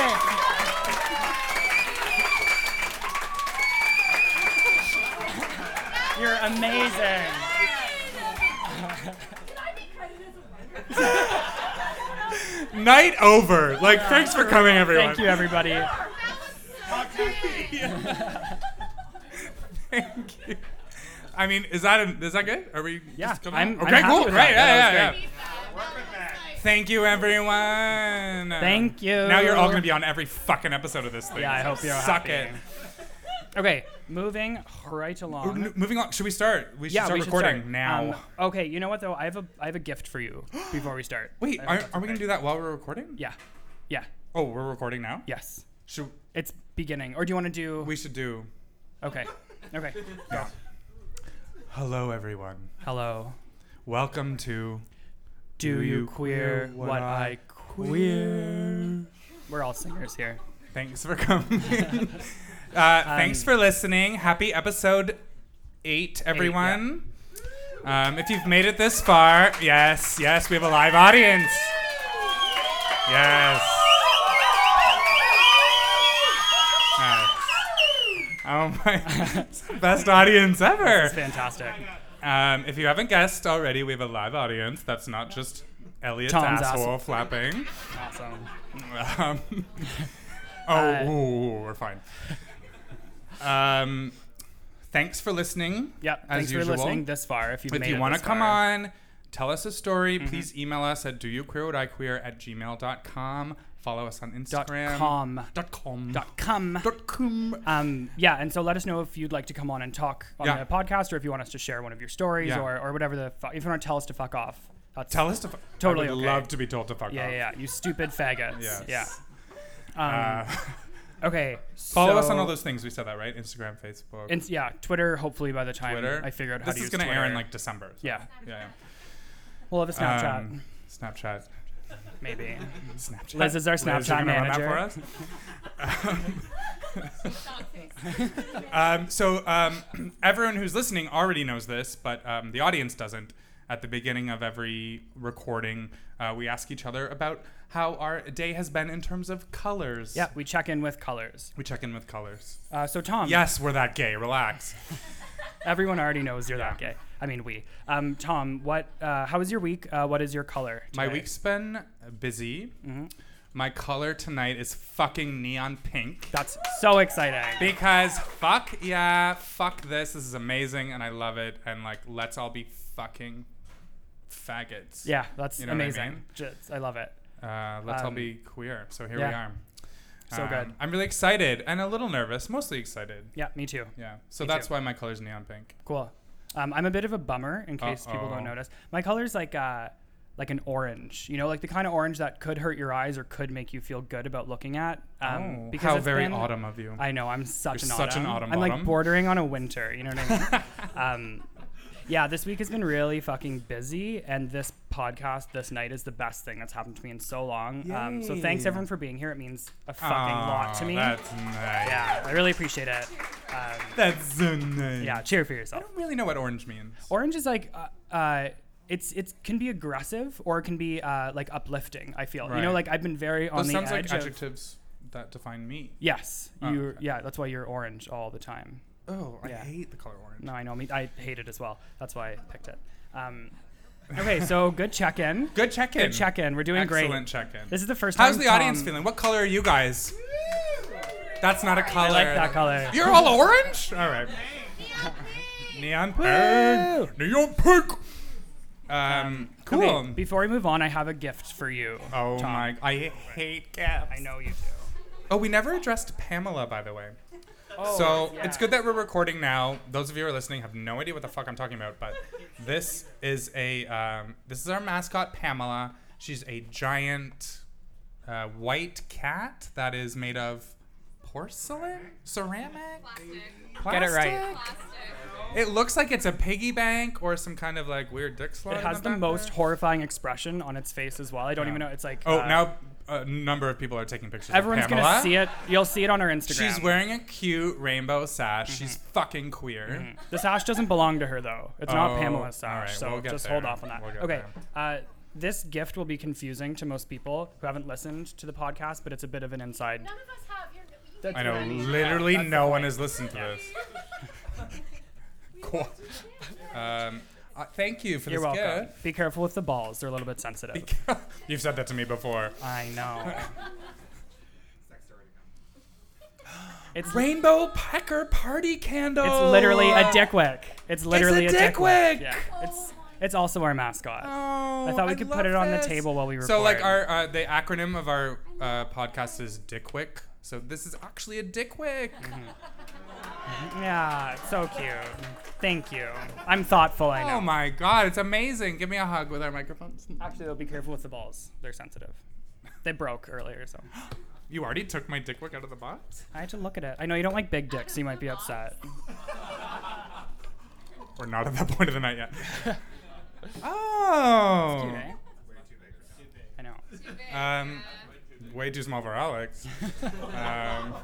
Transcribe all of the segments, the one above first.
Yeah! You're amazing. Night over. Like, thanks for coming, everyone. Thank you, everybody. Thank you. I mean, is that a, is that good? Are we? Yeah, just coming? I'm- I'm okay. happy cool. with Right. that. Yeah. Yeah. Yeah, that yeah. was Thank you, everyone. Thank you. Now you're all gonna be on every fucking episode of this thing. Yeah, I hope you're Suck happy. it. Okay, moving right Oh, along. n- Moving on. Should we start? We should yeah, start we should recording start. now. Um, okay, you know what though? I have a I have a gift for you before we start. Wait, I hope are, that's are we okay. gonna do that while we're recording? Yeah, yeah, Oh, we're recording now. yes. Should It's beginning. Or do you want to do? we should do? okay, okay. Yeah. Hello, everyone. Hello. Welcome to Do you queer what I queer. We're all singers here. Thanks for coming. uh, Um, thanks for listening. Happy episode eight, everyone. um, if you've made it this far, yes, yes, we have a live audience. Yes. Yes. Oh my, it's the best audience ever. It's fantastic. Um, if you haven't guessed already, we have a live audience. That's not just Elliot's Tom's asshole asshole. flapping. Awesome. Um, oh, Uh, ooh, we're fine. Um, thanks for listening. Yep. As Thanks usual. for listening this Mm-hmm. far. If you've If made you want to come on, tell us a story, please email us at doyouqueerwhatiqueer at gmail.com. Follow us on dot Instagram. com Dot com. dot com. Dot com. Um, yeah, and so let us know if you'd like to come on and talk on Yeah. the podcast, or if you want us to share one of your stories, Yeah. or, or whatever the fu- if you want to tell us to fuck off. That's Tell us to. Fu- Totally I would okay. love to be told to fuck yeah, off. yeah, yeah, you stupid faggots. Yes. Yeah. Um, Uh, okay. follow us so- on all those things. We said that, right? Instagram, Facebook. And, yeah, Twitter. Hopefully by the time Twitter. I figure out how this to use is gonna air in Twitter. like December. so- yeah, Yeah. we'll have a yeah. Snapchat Um, Snapchat. maybe. Snapchat. Liz is our Liz, you're Snapchat gonna run that manager. for us? um, so um, everyone who's listening already knows this, but um, the audience doesn't. At the beginning of every recording, uh, we ask each other about how our day has been in terms of colors. Yeah, we check in with colors. We check in with colors. Uh, so Tom, Yes, we're that gay. Relax. everyone already knows you're that Yeah. gay. I mean, we. Um, Tom, what? Uh, how was your week? Uh, what is your color? My today? Mm-hmm. week's been busy. My color tonight is fucking neon pink. That's so exciting. Because fuck yeah, fuck this. This is amazing and I love it. And like, let's all be fucking faggots. Yeah, that's You know what I amazing. mean? Just- I love it. Uh, let's all Um, be queer. So here we yeah. are. Um, So good. I'm really excited and a little nervous, mostly excited. Yeah, me too. Yeah. So Me that's too. why my color's neon pink. Cool. Um, I'm a bit of a bummer in case people Uh-oh. don't notice. My color's like uh, like an orange. You know, like the kind of orange that could hurt your eyes or could make you feel good about looking at. Um, oh, because how it's very been- autumn of you. I know. I'm such You're an autumn. such an autumn I'm like bottom. bordering on a winter. You know what I mean? um, yeah, this week has been really fucking busy, and this podcast this night is the best thing that's happened to me in so long. Um, so thanks Yay. everyone for being here. It means a fucking lot to Aw, me. That's nice. Yeah, I really appreciate it. Um, That's so nice. yeah, cheer for I yourself. don't really know what orange means. Orange is like, uh, uh, it's it can be aggressive or it can be uh, like uplifting. I feel you know, Right. like I've been very on Those the sounds edge. like of- adjectives that define me. yes, Oh, you. are okay. Yeah, that's why you're orange all the time. Oh, I Yeah. hate the color orange. No, I know. Me, I hate it as well. That's why I picked it. Um, okay, so Oh, good check in. Good check-in. Good check in. We're doing Excellent great. check-in. This is the first time. How's the audience Tom- feeling? What color are you guys? That's not a color. I like that color. You're all orange? All right. Neon pink. Neon pink. Um, cool. Okay, before we move on, I have a gift for you. oh Tom. my, I hate cats. I know you do. Oh, we never addressed Pamela, by the way. so it's good that we're recording now. Those of you who are listening have no idea what the fuck I'm talking about, but this is a um, this is our mascot Pamela. She's a giant uh, white cat that is made of porcelain, Uh, ceramic, Get it right. Plastic? It looks like it's a piggy bank or some kind of like weird dick slot. It in has the back most there. horrifying expression on its face as well. I don't even know. It's like Oh, uh, now a number of people are taking pictures. everyone's of Pamela. gonna see it. You'll see it on our Instagram. Mm-hmm. She's wearing a cute rainbow sash. She's fucking queer. The sash doesn't belong to her though. Mm-hmm. It's Oh, not Pamela's all right, sash, so we'll get just there. hold off on that. We'll get okay. Uh, this gift will be confusing to most people who haven't listened to the podcast, but it's a bit of an inside. None of us have. You're, you That's I what know I mean. literally That's the no one point. has listened to this. Cool. Um, uh, thank you for You're this welcome. Be careful with the balls; they're a little bit sensitive. gift. You've said that to me before. I know. It's Rainbow pecker party candle. it's literally a dickwick. It's literally a dick wick. dickwick! Yeah. It's it's also our mascot. Oh, I thought we could put it love on the this. table while we record. So like our uh, the acronym of our uh, podcast is Dickwick. So this is actually a Dickwick. Mm-hmm. yeah, it's so cute. Thank you. I'm thoughtful. I know. Oh my god, it's amazing. Give me a hug with our microphones. Actually, though, be careful with the balls. They're sensitive. They broke earlier, so You already took my Dickwick out of the box? I had to look at it. I know you don't like big dicks, so you might be upset. We're not at that point of the night yet. oh. Cute, eh? I know. Um, way too small for Alex. um,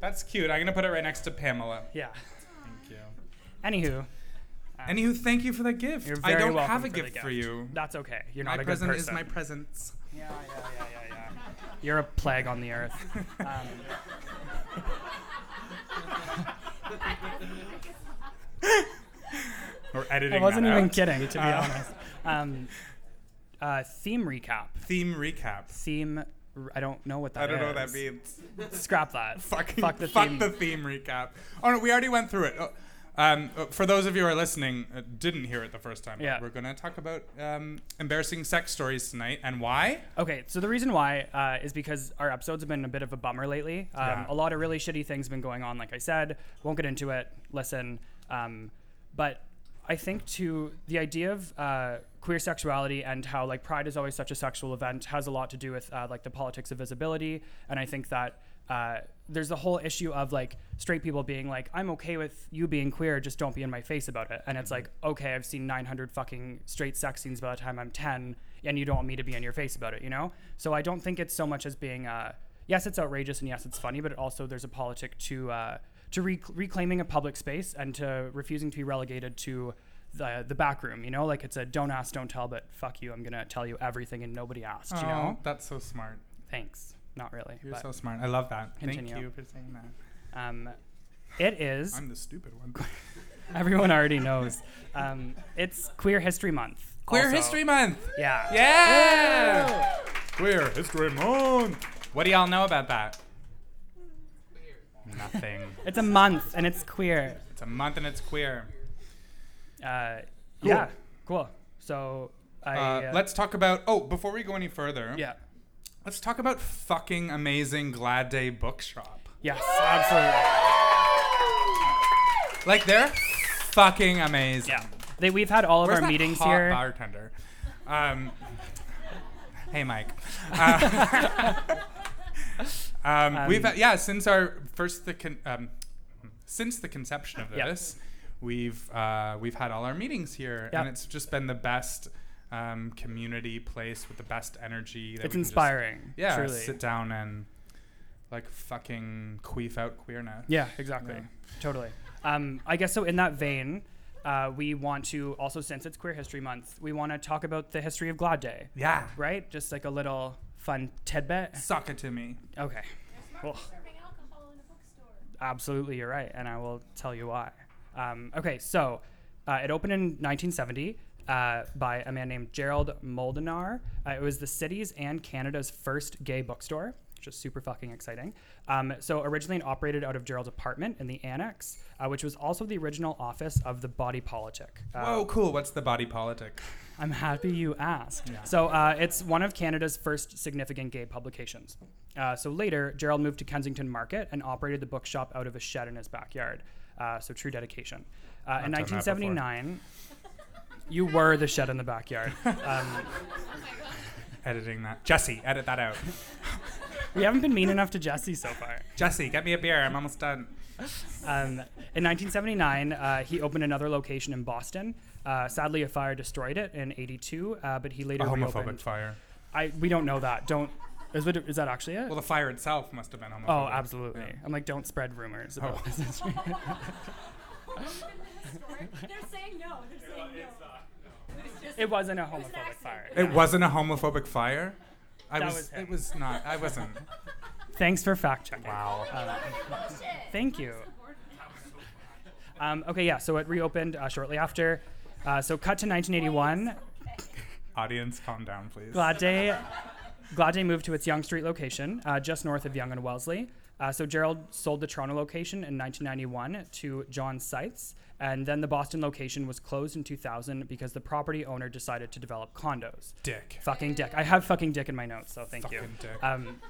that's cute. I'm gonna put it right next to Pamela. Yeah. Thank you. Anywho, Anywho, thank you for that gift. you're I very don't welcome have a for the gift for you. That's okay. You're not My a good person. present is my presence. yeah, yeah, yeah, yeah, yeah. You're a plague on the earth. Um, Or editing. I wasn't that even out. kidding, to be Uh, honest. Um, uh, theme recap. Theme recap. Theme. I don't know what that I don't know what is. that means. Scrap that. Fucking Fuck the theme. recap. Oh no, we already went through it. Oh, um, uh, for those of you who are listening, uh, didn't hear it the first time. but Yeah. We're gonna talk about um, embarrassing sex stories tonight and why. Okay, so the reason why uh, is because our episodes have been a bit of a bummer lately. Um, Yeah. A lot of really shitty things have been going on, like I said. Won't get into it. Listen. Um, but I think, too, the idea of uh, queer sexuality and how, like, Pride is always such a sexual event has a lot to do with, uh, like, the politics of visibility. And I think that uh, there's the whole issue of, like, straight people being like, I'm okay with you being queer, just don't be in my face about it. And it's like, okay, I've seen 900 fucking straight sex scenes by the time I'm 10 and you don't want me to be in your face about it, you know? So I don't think it's so much as being, uh, yes, it's outrageous and yes, it's funny, but it also there's a politic to uh, to rec- reclaiming a public space and to refusing to be relegated to the the back room, you know? Like it's a don't ask, don't tell, but fuck you, I'm gonna tell you everything and nobody asked, you know? Oh, that's so smart. Thanks. Not really. You're but, so smart. I love that. Continue. Thank you for saying that. um, it is. I'm the stupid one. Everyone already knows. Um, it's Queer History Month. Queer also. History Month. Yeah. Um. Yeah. Queer History Month. What do y'all know about that? Nothing. It's a month and it's queer. it's a month and it's queer. Uh, Yeah. Cool. So I. Uh, uh, let's talk about. Oh, before we go any further, Yeah. Let's talk about fucking amazing Glad Day Bookshop. Yes, Oh, absolutely. Like they're fucking amazing. Yeah. They, we've had all of Where's our that meetings hot here. Bartender. Um, hey, Mike. Uh, um, we've Um, yeah since our first the con- um, since the conception of Yeah. this, we've uh, we've had all our meetings here, Yeah. and it's just been the best um, community place with the best energy. That It's we can just- inspiring. yeah, Truly. sit down and like fucking queef out queerness. Yeah, exactly. Yeah. Totally. Um, I guess so. In that vein, uh, we want to also, since it's Queer History Month, we want to talk about the history of Glad Day, yeah. right? Just like a little fun tidbit. Suck it to me. Okay. Cool. serving alcohol in a bookstore. Absolutely, you're right, and I will tell you why. Um, okay, so uh, it opened in 1970 uh, by a man named Gerald Moldenar. Uh, it was the city's and Canada's first gay bookstore, which is super fucking exciting. Um, so originally it operated out of Gerald's apartment in the annex, uh, which was also the original office of the Body Politic. Uh, Whoa, cool. What's the body politic? I'm happy you asked. So uh, it's one of Canada's first significant gay publications. Uh, so later, Gerald moved to Kensington Market and operated the bookshop out of a shed in his backyard. Uh, so true dedication. Uh, in done that before. 1979, you were the shed in the backyard. Um, Editing that. Jesse, edit that out. we haven't been mean enough to Jesse so far. Jesse, get me a beer. I'm almost done. Um, in 1979, uh, he opened another location in Boston. Uh, sadly, a fire destroyed it in 82, uh, but he A later homophobic reopened. fire. I, we don't know that. Don't. Is, it, is that actually it? Well, the fire itself must have been homophobic. Oh, absolutely. Yeah. I'm like, don't spread rumors about Oh. this industry. They're saying no. They're saying no. It's just It wasn't a was an homophobic accident. fire. It wasn't a homophobic fire. I That was. was him. it was not. I wasn't. Thanks for fact checking. Wow. Thank you. Um, okay, yeah. So it reopened uh, shortly after. Uh, so cut to 1981. Audience, calm down, please. Glad Day, Glad Day moved to its Young Street location, uh, just north of Young and Wellesley. Uh, so Gerald sold the Toronto location in 1991 to John Seitz, and then the Boston location was closed in 2000 because the property owner decided to develop condos. Dick. Fucking dick. I have fucking dick in my notes, so thank you. Fucking dick. Um,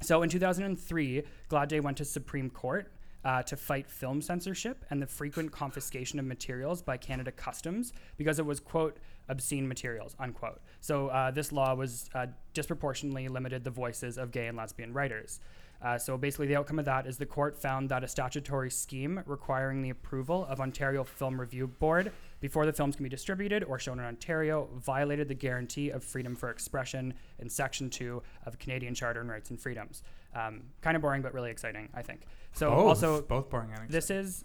so in 2003, Gladday went to Supreme Court uh, to fight film censorship and the frequent confiscation of materials by Canada Customs because it was quote obscene materials unquote. So uh, this law was uh, disproportionately limited the voices of gay and lesbian writers. Uh, so basically, the outcome of that is the court found that a statutory scheme requiring the approval of Ontario Film Review Board before the films can be distributed or shown in Ontario violated the guarantee of freedom for expression in Section 2 of Canadian Charter on Rights and Freedoms. Um, kind of boring, but really exciting, I think. So both, also, both boring anecdotes. this is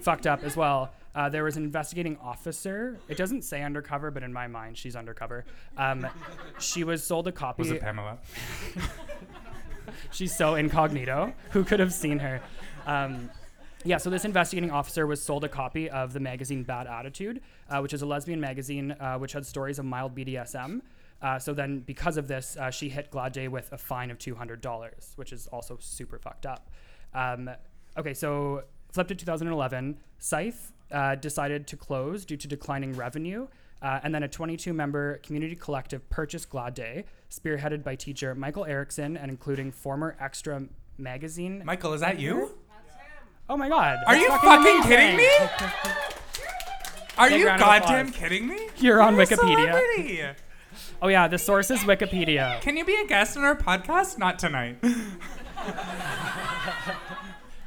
fucked up as well. Uh, there was an investigating officer. It doesn't say undercover, but in my mind, she's undercover. Um, she was sold a copy was it Pamela? she's so incognito. Who could have seen her? Um, yeah, so this investigating officer was sold a copy of the magazine Bad Attitude, uh, which is a lesbian magazine uh, which had stories of mild BDSM. Uh, so then, because of this, uh, she hit Gladday with a fine of $200, which is also super fucked up. Um, okay, so flipped to 2011. Scythe uh, decided to close due to declining revenue. Uh, and then a 22 member community collective purchased Glad Day, spearheaded by teacher Michael Erickson and including former Extra magazine. Michael, is that you? oh my god. Are that's you fucking kidding amazing. me? Are Big you round of applause. goddamn kidding me? You're on a Wikipedia. celebrity. Oh yeah, the source is Wikipedia. Can you be a guest on our podcast? Not tonight.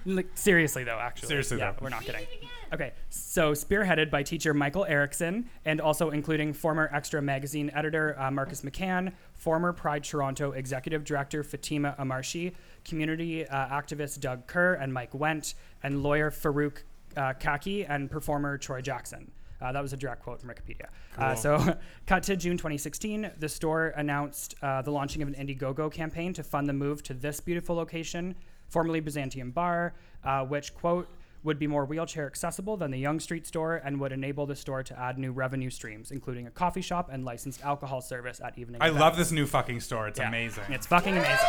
Like, seriously though, actually. Seriously, yeah, though. we're not kidding. Okay, so spearheaded by teacher Michael Erickson and also including former Extra magazine editor uh, Marcus McCann, former Pride Toronto executive director Fatima Amarshi, community uh, activist Doug Kerr and Mike Wendt, and lawyer Farouk uh, Kaki and performer Troy Jackson. Uh, that was a direct quote from Wikipedia. Uh, Cool. so, cut to June 2016. The store announced uh, the launching of an Indiegogo campaign to fund the move to this beautiful location, formerly Byzantium Bar, uh, which, quote, would be more wheelchair accessible than the Young Street store and would enable the store to add new revenue streams, including a coffee shop and licensed alcohol service at evening. I events. love this new fucking store. It's Yeah. amazing. It's fucking amazing.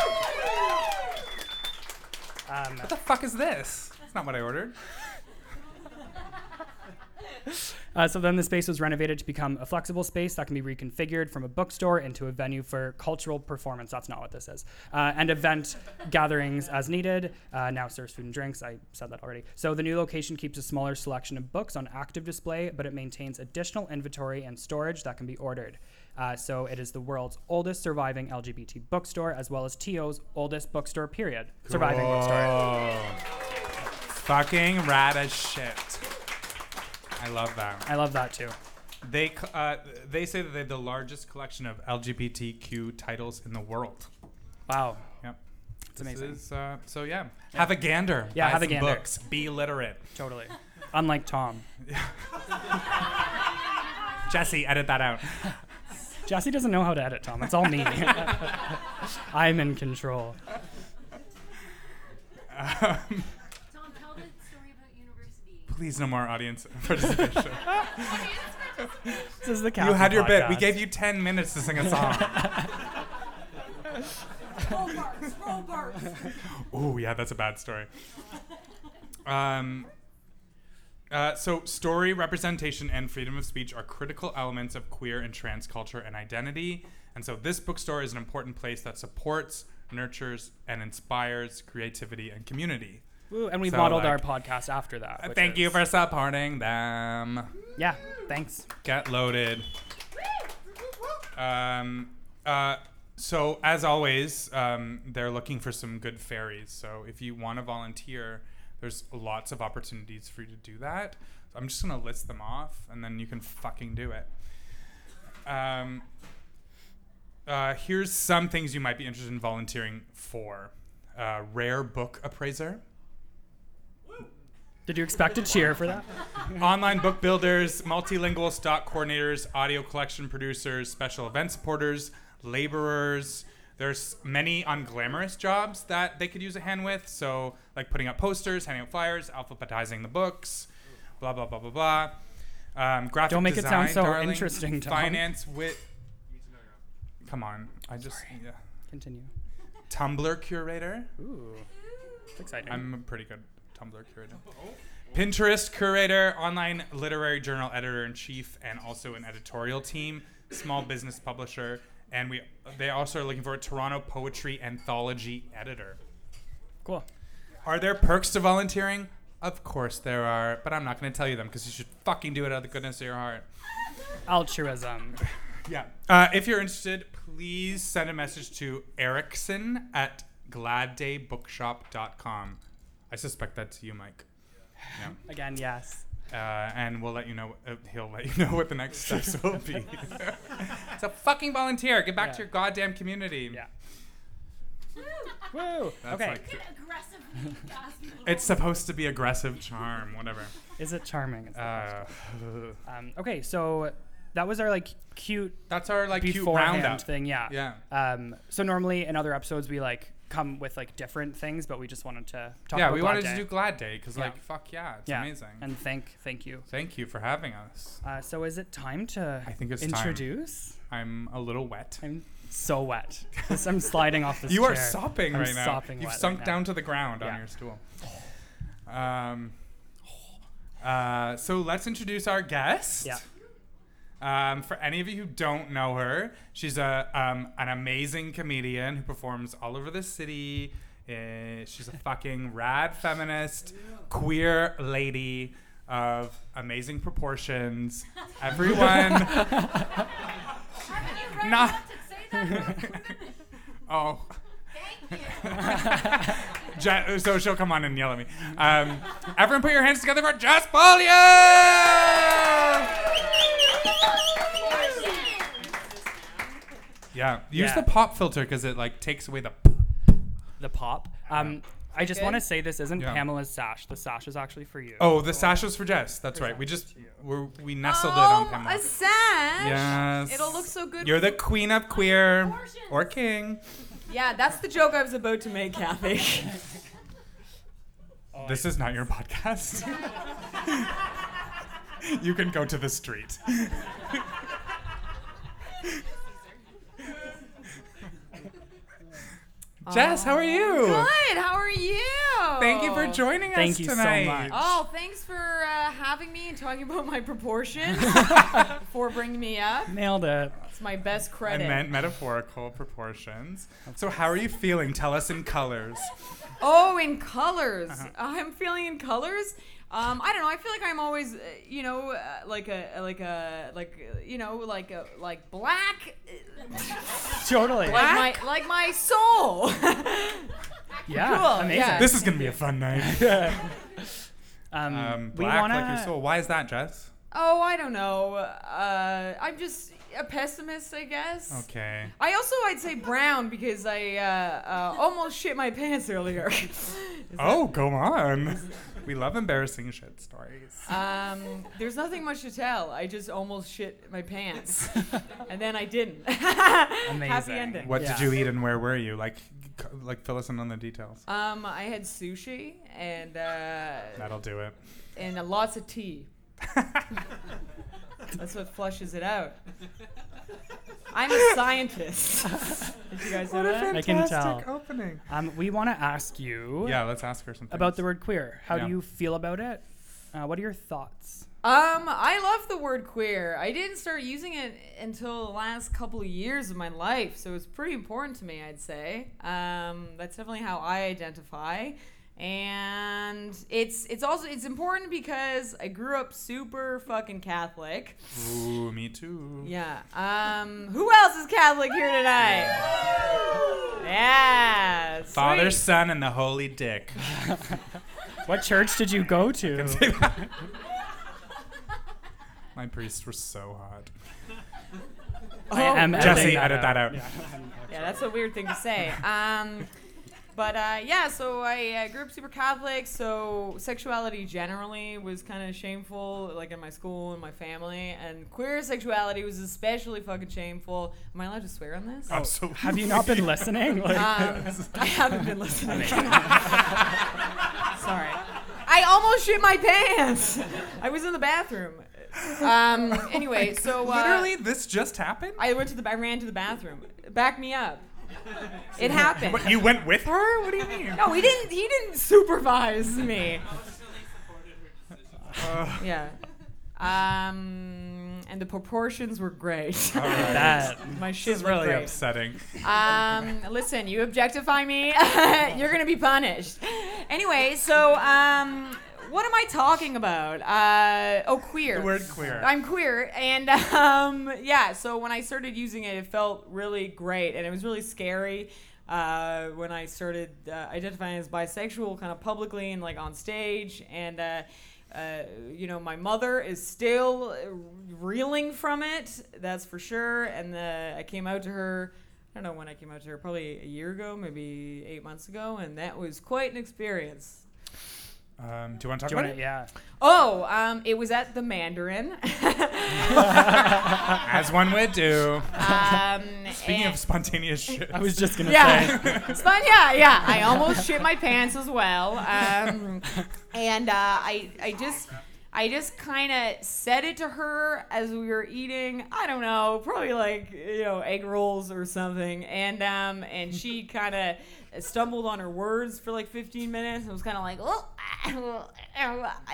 Um, what the fuck is this? It's not what I ordered. Uh, so then the space was renovated to become a flexible space that can be reconfigured from a bookstore into a venue for cultural performance. That's not what this is. Uh, and event gatherings as needed. Uh, now serves food and drinks. I said that already. So the new location keeps a smaller selection of books on active display, but it maintains additional inventory and storage that can be ordered. Uh, so it is the world's oldest surviving LGBT bookstore, as well as TO's oldest bookstore, period. Surviving bookstore. Cool. Fucking rad as shit. I love that. I love that too. They c- uh, they say that they have the largest collection of LGBTQ titles in the world. Wow. Yep. It's amazing. Is, uh, so yeah. have a gander. Yeah, Buy have a some gander. Books. Be literate. Totally. Unlike Tom. Jesse, edit that out. Jesse doesn't know how to edit, Tom. It's all me. I'm in control. Um, Tom, tell the story about university. please, no more audience participation. This is the you had your bit. We gave you ten minutes to sing a song. Robarts, Robarts. oh yeah, that's a bad story. Um. Uh, so, story, representation, and freedom of speech are critical elements of queer and trans culture and identity. And so, this bookstore is an important place that supports, nurtures, and inspires creativity and community. Woo, and we So, modeled like- uh, our podcast after that. which Thank you is- for supporting them. Yeah, thanks. Get loaded. Um, uh, so, as always, um, they're looking for some good fairies. So, if you want to volunteer, there's lots of opportunities for you to do that. So I'm just going to list them off and then you can fucking do it. Um, uh, here's some things you might be interested in volunteering for uh, Rare Book Appraiser. Did you expect a cheer for that? Online book builders, multilingual stock coordinators, audio collection producers, special event supporters, laborers. There's many unglamorous jobs that they could use a hand with. So, like putting up posters, handing out flyers, alphabetizing the books, blah, blah, blah, blah, blah. Um, graphic Don't make it sound design, so darling. interesting, Tom. Finance with. Come on. I just. Yeah. Continue. Tumblr curator. Ooh, that's exciting. I'm a pretty good Tumblr curator. Pinterest curator, online literary journal editor in chief, and also an editorial team, small business publisher, and we they also are looking for a Toronto poetry anthology editor. cool. Are there perks to volunteering? Of course there are, but I'm not going to tell you them because you should fucking do it out of the goodness of your heart. Altruism. Yeah. Uh, if you're interested, please send a message to Erickson at gladdaybookshop.com. I suspect that's you, Mike. Yeah. Again, yes. uh, and we'll let you know. Uh, he'll let you know what the next steps will be. so fucking volunteer. Get back Yeah. to your goddamn community. Yeah. Woo! Woo. That's okay. like- An aggressive mean gas It's supposed to be aggressive charm, whatever. Is it charming? Is the Uh, question. um, okay, so that was our like cute that's our like cute beforehand roundup. thing. Yeah. Yeah. Um, so normally in other episodes we like come with like different things, but we just wanted to talk. yeah, about we wanted Glad to do Day. Glad Day because Yeah. like fuck yeah, it's yeah. amazing. And thank thank you. Thank you for having us. Uh, so is it time to I think it's time. introduce? I'm a little wet. I'm so wet. This- I'm sliding off this You chair. are sopping I'm right now. sopping You've wet sunk right now. down to the ground on Yeah. your stool. Um, uh, so let's introduce our guest. Yeah. Um, for any of you who don't know her, she's a um, an amazing comedian who performs all over the city. Uh, she's a fucking rad feminist, queer lady of amazing proportions. Everyone, Haven't you read Nah. enough to say that word for a minute? oh, Thank you. Ja- so she'll come on and yell at me. Um, everyone, put your hands together for Jess Polyev! Yeah, use Yeah. the pop filter because it like takes away the. the pop. Um, I just want to say this isn't Yeah. Pamela's sash. The sash is actually for you. Oh, the sash was for Jess. That's right. We just we're, we nestled it on Oh, Pamela. a sash. Yes. It'll look so good. You're the queen of queer Proportions. or king. yeah, that's the joke I was about to make, Kathy. This is not your podcast. you can go to the street. Jess, how are you? Good. How are you? Thank you for joining Thank us you so tonight. much. Oh, thanks for uh, having me and talking about my proportions. for bringing me up. Nailed it. It's my best I credit. meant metaphorical proportions. So, how are you feeling? Tell us in colors. Oh, in colors. Uh-huh. I'm feeling in colors. Um, I don't know. I feel like I'm always, uh, you know, uh, like a, like a, like uh, you know, like a, like black, uh, Totally. like my, like my soul. Yeah. Cool, Amazing. yeah. This is going to be a fun night. Um, Um, we black want like your soul. Why is that, Jess? oh, I don't know. Uh, I'm just a pessimist, I guess. Okay. I also I'd say brown because I uh, uh, almost shit my pants earlier. Oh, go on. We love embarrassing shit stories. um, there's nothing much to tell. I just almost shit my pants, and then I didn't. Happy Amazing. ending. What did Yeah. you eat and where were you? Like, c- like fill us in on the details. Um, I had sushi and uh, That'll do it. and uh, lots of tea. That's what flushes it out. I'm a scientist. Did you guys know that? I can tell. opening. Um, we want to ask you Yeah, let's ask her something. about the word queer. How Yeah. do you feel about it? Uh, what are your thoughts? Um, I love the word queer. I didn't start using it until the last couple of years of my life, so it's pretty important to me, I'd say. Um, that's definitely how I identify. And it's it's also it's important because I grew up super fucking Catholic. Ooh, me too. Yeah. Um, who else is Catholic here tonight? Yeah. Father, Uh, sweet. Son, and the Holy Dick. What church did you go to? My priests were so hot. I am Oh, editing Jesse, edit that out. Yeah, that's a weird thing to say. Um, But uh, yeah, so I uh, grew up super Catholic, so sexuality generally was kind of shameful, like in my school and my family, and queer sexuality was especially fucking shameful. Am I allowed to swear on this? Absolutely. Have you not been listening? Like, Um, I haven't been listening. Amazing. Sorry. I almost shit my pants. I was in the bathroom. Um, anyway, so uh, Literally, this just happened. I went to the. I ran to the bathroom. Back me up. It happened. But you went with her? What do you mean? no, he didn't. He didn't supervise me. Uh, Yeah. Um, and the proportions were great. All right. that. my This shit is looked really great. upsetting. Um, listen, you objectify me, you're gonna be punished. Anyway, so um, what am I talking about? Uh, oh, queer. The word queer. I'm queer, and um, yeah. So when I started using it, it felt really great, and it was really scary. Uh, when I started uh, identifying as bisexual, kind of publicly and like on stage, and uh, uh, you know, my mother is still reeling from it. That's for sure. And uh I came out to her. I don't know when I came out to her. Probably a year ago, maybe eight months ago, and that was quite an experience. Um, do you want to talk Do you about want it? to? Yeah. Oh, um, it was at the Mandarin. As one would do. Um, Speaking and- of spontaneous shit. I was just gonna say. yeah, Spon- yeah, yeah. I almost shit my pants as well. Um, and uh, I, I just, I just kind of said it to her as we were eating. I don't know, probably like you know egg rolls or something. And um, and she kind of stumbled on her words for like 15 minutes and was kind of like, oh. ah,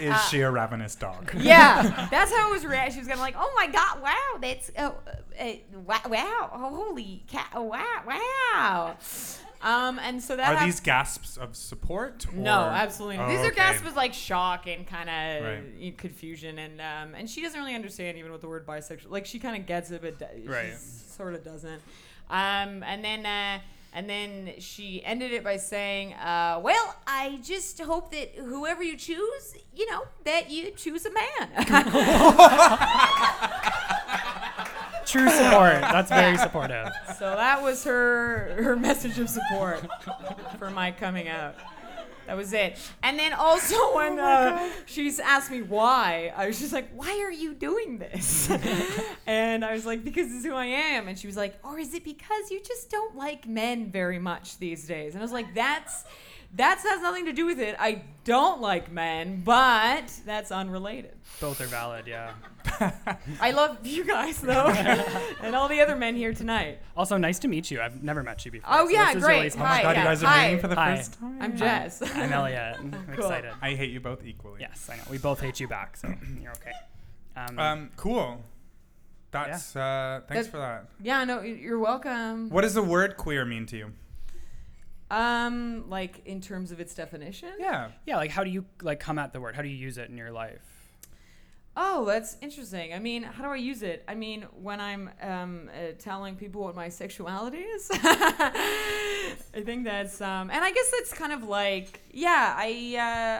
Is Uh, she a ravenous dog? yeah, that's how it was read. She was gonna like, oh my god, wow, that's oh, uh, uh, wow, wow, holy cow, wow, wow. Um, and so that Are hap- these gasps of support? Or? no, absolutely not. Oh, these are okay. gasps with like shock and kind of Right. confusion, and um, and she doesn't really understand even what the word bisexual. Like she kind of gets it, but d- Right. she sort of doesn't. Um, and then uh, and then she ended it by saying, uh, "Well, I just hope that whoever you choose, you know, that you choose a man." True support. That's very supportive. So that was her her message of support for my coming out. That was it. And then also Oh when uh, she's asked me why, I was just like, "Why are you doing this?" and I was like, "Because it's who I am." And she was like, "Or is it because you just don't like men very much these days?" And I was like, "That's." That's has nothing to do with it. I don't like men, but that's unrelated. Both are valid. Yeah. I love you guys though, and all the other men here tonight. Also, nice to meet you. I've never met you before. Oh so yeah, this is great! Oh Really Hi, my god, yeah. you guys are Hi. meeting for the Hi. first time. I'm Jess. I'm Elliot. I'm excited. I hate you both equally. Yes, I know. We both hate you back, so you're okay. Um, Um, cool. That's uh, thanks That- for that. yeah, no, y- you're welcome. What does the word queer mean to you? Um, like in terms of its definition. Yeah. yeah, like how do you like come at the word? How do you use it in your life? Oh, that's interesting. I mean, how do I use it? I mean, when I'm um, uh, telling people what my sexuality is, I think that's, um, and I guess that's kind of like, yeah, I,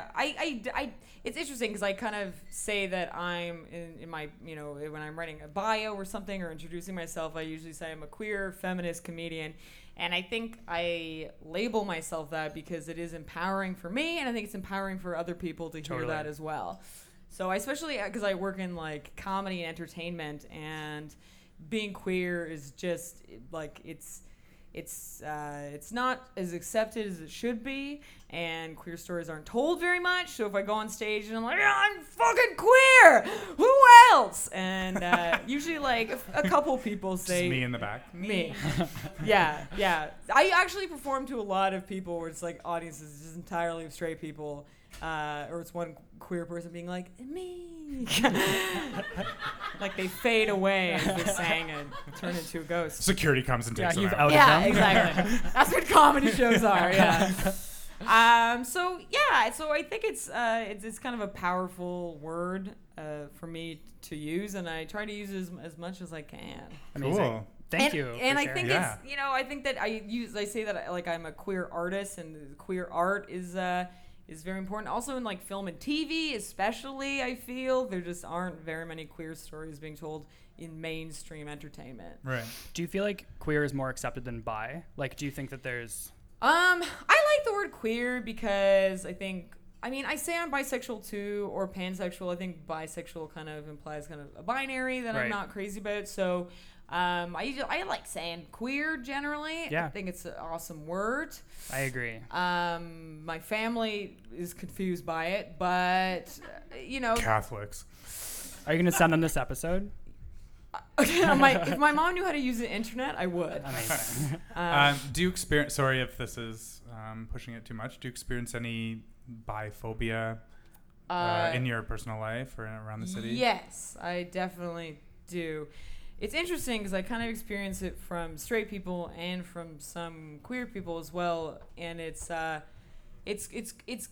uh, I, I, I- it's interesting because I kind of say that I'm in, in my, you know, when I'm writing a bio or something or introducing myself, I usually say I'm a queer feminist comedian. And I think I label myself that because it is empowering for me, and I think it's empowering for other people to hear Totally. that as well. So I especially because I work in like comedy and entertainment, and being queer is just like it's it's uh, it's not as accepted as it should be, and queer stories aren't told very much. So if I go on stage and I'm like, "Yeah, I'm fucking queer, who else? And uh, usually like a, a couple people Just say me in the back. me. yeah, yeah. I actually perform to a lot of people where it's like audiences just entirely of straight people, uh, or it's one queer person being like me, like they fade away as they sang and turn into a ghost. Security comes and Yeah, takes you've them out. outed yeah, them. exactly. That's what comedy shows are. Yeah. Um, so yeah, so I think it's uh, it's, it's kind of a powerful word uh, for me to use, and I try to use it as, as much as I can. Amazing. Cool. Thank And- you. for And I sharing. think Yeah. it's you know I think that I use I say that like I'm a queer artist and queer art is uh is very important. Also in like film and TV, especially, I feel there just aren't very many queer stories being told in mainstream entertainment. Right. Do you feel like queer is more accepted than bi? Like, do you think that there's Um, I like the word queer because I think I mean I say I'm bisexual too or pansexual. I think bisexual kind of implies kind of a binary that Right. I'm not crazy about. So um, I usually, I like saying queer generally. Yeah. I think it's an awesome word. I agree. Um, my family is confused by it, but uh, you know, Catholics. Are you gonna send them this episode? my, if my mom knew how to use the internet, I would. Amazing. Um, Um, do you experience? Sorry if this is um, pushing it too much. Do you experience any biphobia uh, uh, in your personal life or around the city? Yes, I definitely do. It's interesting because I kind of experience it from straight people and from some queer people as well, and it's uh, it's it's it's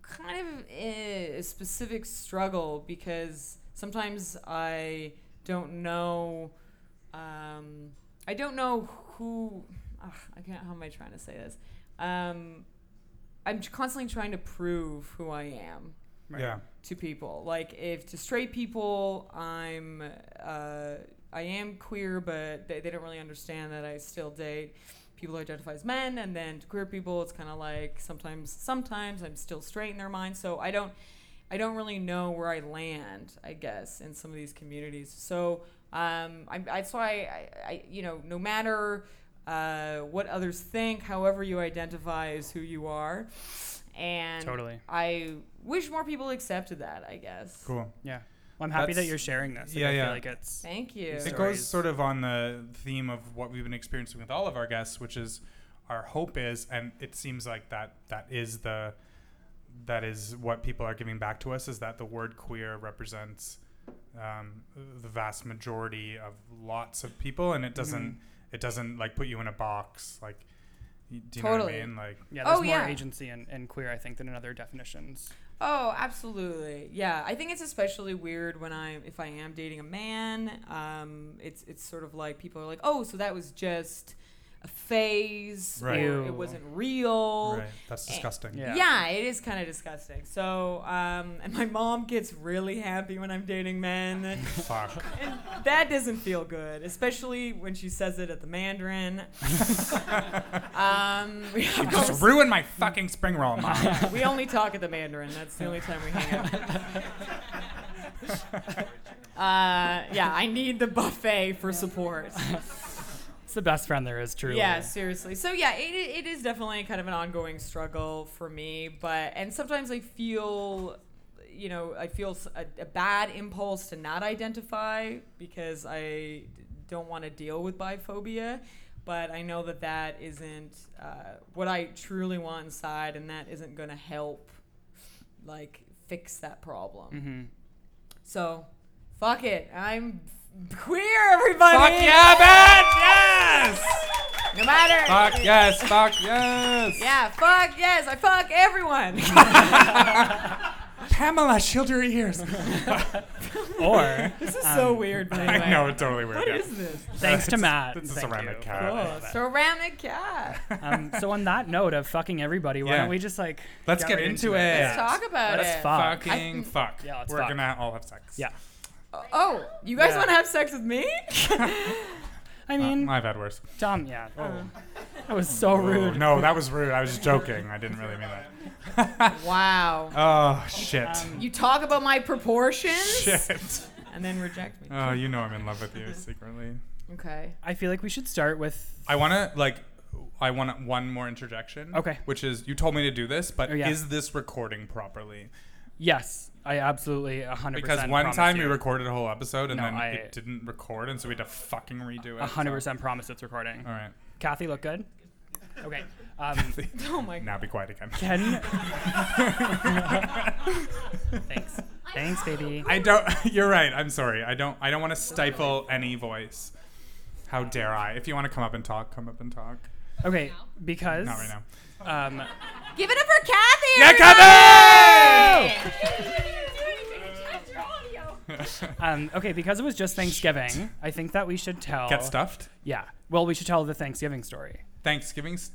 kind of a specific struggle because sometimes I don't know, um, I don't know who. Ugh, I can't. How am I trying to say this? Um, I'm constantly trying to prove who I am Right. Yeah. to people. Like if to straight people, I'm uh, I am queer, but they, they don't really understand that I still date people who identify as men, and then to queer people, it's kind of like sometimes sometimes I'm still straight in their mind, so I don't I don't really know where I land, I guess, in some of these communities. So um, I, that's why I, I, you know, no matter uh, what others think, however you identify is who you are, and Totally. I wish more people accepted that. I guess. Cool. Yeah. Well, I'm happy that That's- you're sharing this. Like, yeah, I yeah. feel like it's Thank you. It's It stories. goes sort of on the theme of what we've been experiencing with all of our guests, which is our hope is, and it seems like that that is the that is what people are giving back to us is that the word queer represents um, the vast majority of lots of people, and it Mm-hmm. doesn't it doesn't like put you in a box like. y- Do you know what Totally. I mean? Like, yeah. Oh, There's more yeah. agency in, in queer, I think, than in other definitions. Oh, absolutely. Yeah, I think it's especially weird when I'm if I am dating a man. Um, it's it's sort of like people are like, oh, so that was just a phase, Right. or Ew. it wasn't real. Eh, right? That's disgusting. Yeah. Yeah. it is kind of disgusting. So, um, and my mom gets really happy when I'm dating men. Fuck. and that doesn't feel good, especially when she says it at the Mandarin. um, we, have You conversations- just ruined my fucking spring roll, mom. we only talk at the Mandarin. That's the only time we hang out. Uh, yeah, I need the buffet for support. It's the best friend there is, truly. Yeah, seriously. So yeah, it, i- it is definitely kind of an ongoing struggle for me. But and sometimes I feel, you know, I feel s- a, a bad impulse to not identify because I d- don't want to deal with biphobia. But I know that that isn't uh, what I truly want inside, and that isn't going to help, like, fix that problem. Mm-hmm. So, fuck it. I'm f- queer, everybody. Fuck yeah, bitch! Yes! No matter. Fuck yes! Fuck yes! Yeah, fuck yes, I fuck everyone. Pamela, shield your ears. Or this is so weird, by the way. um, I know it's totally weird. What yeah. is this? thanks to It's- Matt. it's a Thank ceramic you. cat. Oh, ceramic cat. Um, so on that note of fucking everybody, why Yeah. don't we just like Let's get right into it. Let's talk about Let's it. fuck. Fucking I- fuck. Yeah, let's We're fuck. gonna all have sex. Yeah. Oh, you guys Yeah. want to have sex with me? I Uh, mean, I've had worse. Tom. Yeah. Oh. That was so rude. Ooh, no, that was rude. I was just joking. I didn't really mean that. wow. Oh shit. You talk about my proportions shit. and then reject me. Oh, you know I'm in love with you secretly. Okay. I feel like we should start with. I want to like. I want one more interjection. Okay. Which is, you told me to do this, but Oh, yeah. is this recording properly? Yes, I absolutely 100. Because one promise time you. we recorded a whole episode and No, then I- it didn't record, and so we had to fucking redo it. so- 100% promise it's recording. All right. Kathy, look good. Okay. Um, Oh my god. Now be quiet again. Ken. Thanks. Thanks, baby. I don't. You're right. I'm sorry. I don't. I don't want to stifle any voice. How dare I? If you want to come up and talk, come up and talk. Okay, because Not right now. um, Give it up for Kathy. Yeah, everybody! Kathy! um, okay, because it was just Thanksgiving, I think that we should tell. Get stuffed. Yeah. Well, we should tell the Thanksgiving story. Thanksgiving's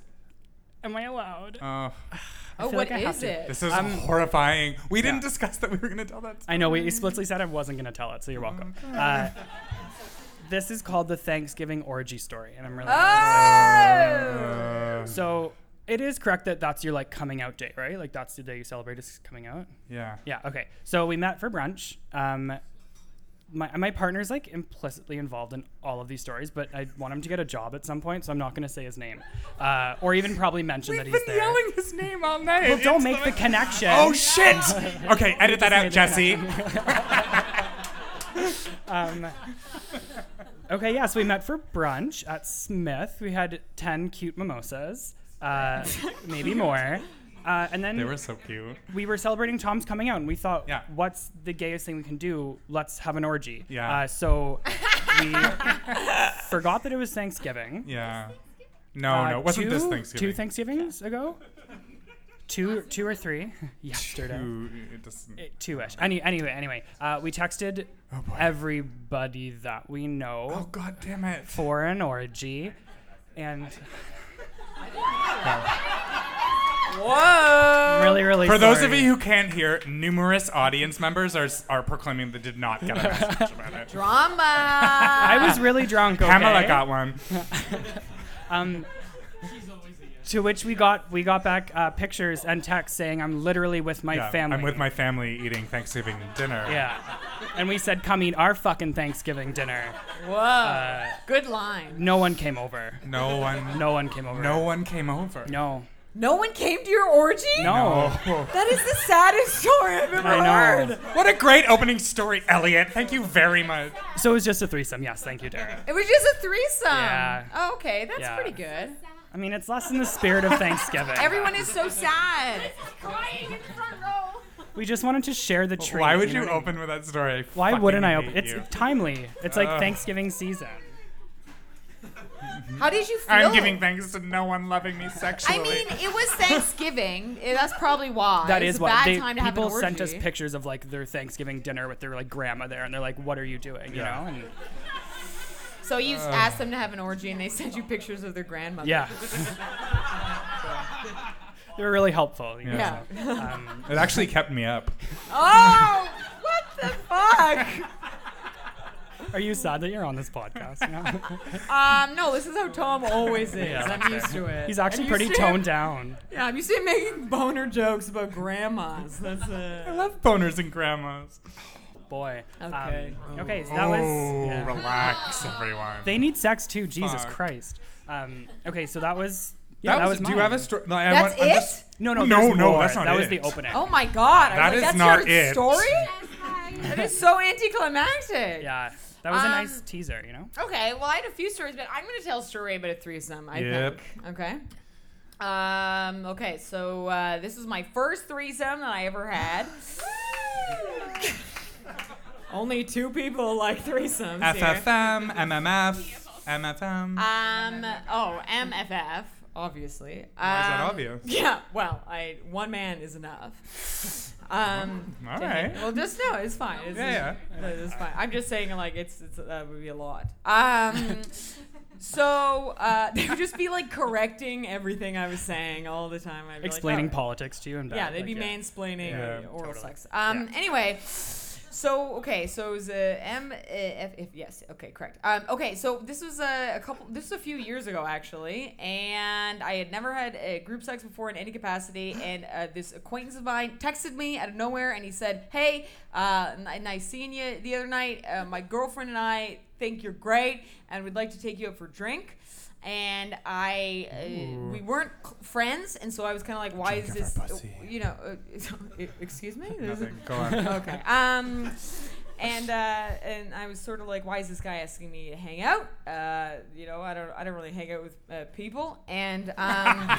Am I allowed? Oh, Oh, feel what like is I have to. it? this is Um, horrifying. We didn't yeah. discuss that we were going to tell that. I know we explicitly said I wasn't going to tell it, so you're welcome. Uh, this is called the Thanksgiving orgy story, and I'm really oh! Uh, so. It is correct that that's your like coming out day, right? Like that's the day you celebrate is coming out. yeah. Yeah. Okay. So we met for brunch. Um, my my partner's like implicitly involved in all of these stories, but I want him to get a job at some point, so I'm not going to say his name, uh, or even probably mention that We've he's been there. yelling his name all night. Well, don't It's make the connection. Oh shit! okay, edit that out, made the Jesse. um, okay, yeah, so we met for brunch at Smith. We had 10 cute mimosas, uh, maybe more. Uh, and then They were so cute. we were celebrating Tom's coming out, and we thought, Yeah. what's the gayest thing we can do? Let's have an orgy. Yeah. Uh, so we forgot that it was Thanksgiving. Yeah. No, Uh, no, it wasn't two, this Thanksgiving. Two Thanksgivings ago? Two, two or three? Yesterday. Two, it doesn't- It- two-ish. Any, anyway, anyway, uh, we texted Oh, boy. everybody that we know oh god damn it. for an orgy, and Whoa! really, really. For those of sorry. you who can't hear, numerous audience members are are proclaiming they did not get a message about it. Drama. I was really drunk. Okay? Pamela got one. Um, to which we got we got back uh, pictures and texts saying I'm literally with my Yeah, family. I'm with my family eating Thanksgiving dinner. Yeah, and we said come eat our fucking Thanksgiving dinner. Uh, Whoa. Good line. No one came over. No one. No one came over. No one came over. No. No one came to your orgy? No. No. That is the saddest story I've ever I know. heard. What a great opening story, Elliot. Thank you very much. So it was just a threesome. Yes, thank you, Dara. It was just a threesome. Yeah. Oh, okay, that's Yeah. pretty good. I mean, it's less in the spirit of Thanksgiving. Everyone is so sad. Crying in front row. We just wanted to share the treat. Why would know you what I mean? open with that story? I Why fucking wouldn't I hate open? It's you. timely. It's like Ugh. Thanksgiving season. How did you feel? I'm giving thanks to no one loving me sexually. I mean, it was Thanksgiving. Eh, That's probably why. That it's is a what bad they, time to have an people orgy. sent us pictures of like their Thanksgiving dinner with their like grandma there, and they're like, "What are you doing?" You Yeah. know? And So you s asked them to have an orgy, and they sent you pictures of their grandmother. yeah, they were really helpful. You know? Yeah. Um, it actually kept me up. oh, what the fuck? are you sad that you're on this podcast? now? Um, no, this is how Tom always is. Yeah. I'm used to it. He's actually I'm used pretty to him- toned down. Yeah, I'm used to him making boner jokes about grandmas. That's I it. love boners and grandmas. Boy. Um, Okay. okay. So that was. Oh, yeah. relax, everyone. They need sex too. Jesus Fuck. Christ. Um, okay, so that was. Yeah, that, was. Do you mine. have a story? That's it. No, no, No, there's no, more. that's not That was it. the opening. oh my god. I'm That like, is that's not your it. story. Hashtag. That is so anticlimactic. Yeah, that was a Um, nice teaser, you know. Okay, well, I had a few stories, but I'm going to tell a story about a threesome. I Yep. think. Okay. Um. Okay. So uh, this was my first threesome that I ever had. Only two people like threesomes. here. FFM, MMF, MFM. Why is Um. Oh, MFF. Obviously. Um, that obvious? Yeah. Well, I one man is enough. Um. All to right. hang- Well, just no, it's fine. It's Yeah, no, it's fine. I'm just saying, like, it's, it's that would be a lot. Um, so uh, they would just be like correcting everything I was saying all the time. I'd be Explaining like, "Oh." politics to you and back. Yeah, they'd like, be mansplaining Yeah, oral totally. sex. Um, Yeah. anyway. So okay, so it was a M F, F yes, okay, correct. Um, okay, so this was a, a couple, this was a few years ago actually, and I had never had a group sex before in any capacity, and uh, this acquaintance of mine texted me out of nowhere, and he said, "Hey, uh, n- nice seeing you the other night. Uh, my girlfriend and I think you're great, and would like to take you out for a drink." And I, uh, we weren't cl- friends, and so I was kind of like, "Why Drink is of this?" our pussy. You know, uh, excuse me. There's a- Nothing. Go on. okay. Um, and uh, and I was sort of like, why is this guy asking me to hang out? Uh, you know, I don't I don't really hang out with uh, people. And um,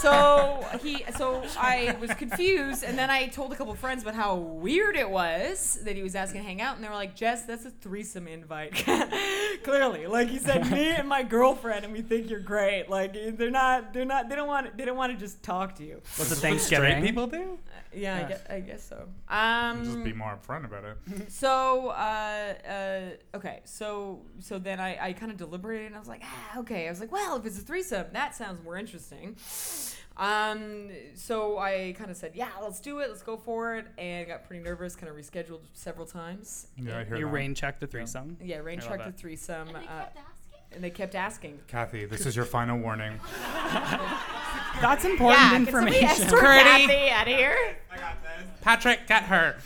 so he so I was confused, and then I told a couple friends about how weird it was that he was asking to hang out, and they were like, Jess, that's a threesome invite. clearly. Like he said, me and my girlfriend, and we think you're great. Like they're not, they're not, they don't want, they don't want to just talk to you. What's the Straight Thanksgiving? people do? Yeah, Yeah. I, guess, I guess so. Um, Just be more upfront about it. So, uh, uh, okay, so so then I, I kind of deliberated and I was like, ah, okay. I was like, well, if it's a threesome, that sounds more interesting. Um, so I kind of said, yeah, let's do it, let's go for it, and got pretty nervous, kind of rescheduled several times. Yeah, I hear You that. rain check the threesome. Yeah, rain I love checked the that. threesome, And they uh, kept asking? and they kept asking. Kathy, this is your final warning. That's important information. Security. Kathy out of here. Patrick, get her.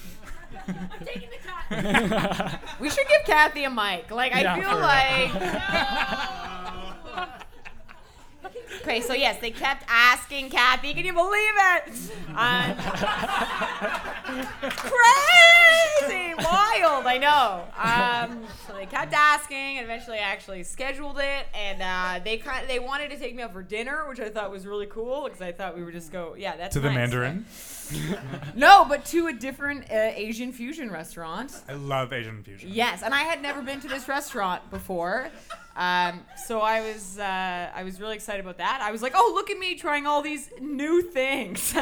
I'm taking the cat. We should give Kathy a mic. Like, I Yeah, feel for real. like. Okay, so yes, they kept asking Kathy, can you believe it? Um, crazy, wild, I know. Um, so they kept asking, and eventually I actually scheduled it, and uh, they kind they wanted to take me out for dinner, which I thought was really cool because I thought we would just go, yeah, that's To the nice. Mandarin. No, but to a different uh, Asian fusion restaurant. I love Asian fusion. Yes, and I had never been to this restaurant before, um, so I was uh, I was really excited about that. I was like, oh, look at me trying all these new things.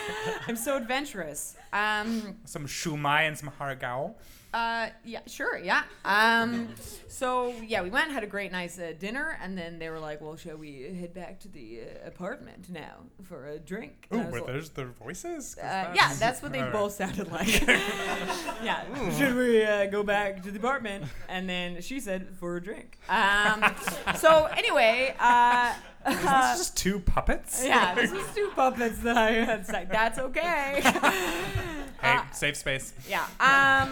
I'm so adventurous. Um, Some shumai and some haragao. uh, yeah, sure, yeah. Um, so yeah, we went had a great nice uh, dinner, and then they were like, well, shall we head back to the uh, apartment now for a drink? Ooh, And I was were like- those their voices? 'Cause uh, yeah, that's what they Alright. both sounded like. yeah. Should we uh, go back to the apartment? And then she said, for a drink. Um, so, anyway. Uh, Is this just two puppets? yeah, this was two puppets that I had sex. That's okay. Hey, Uh, safe space. yeah. Um.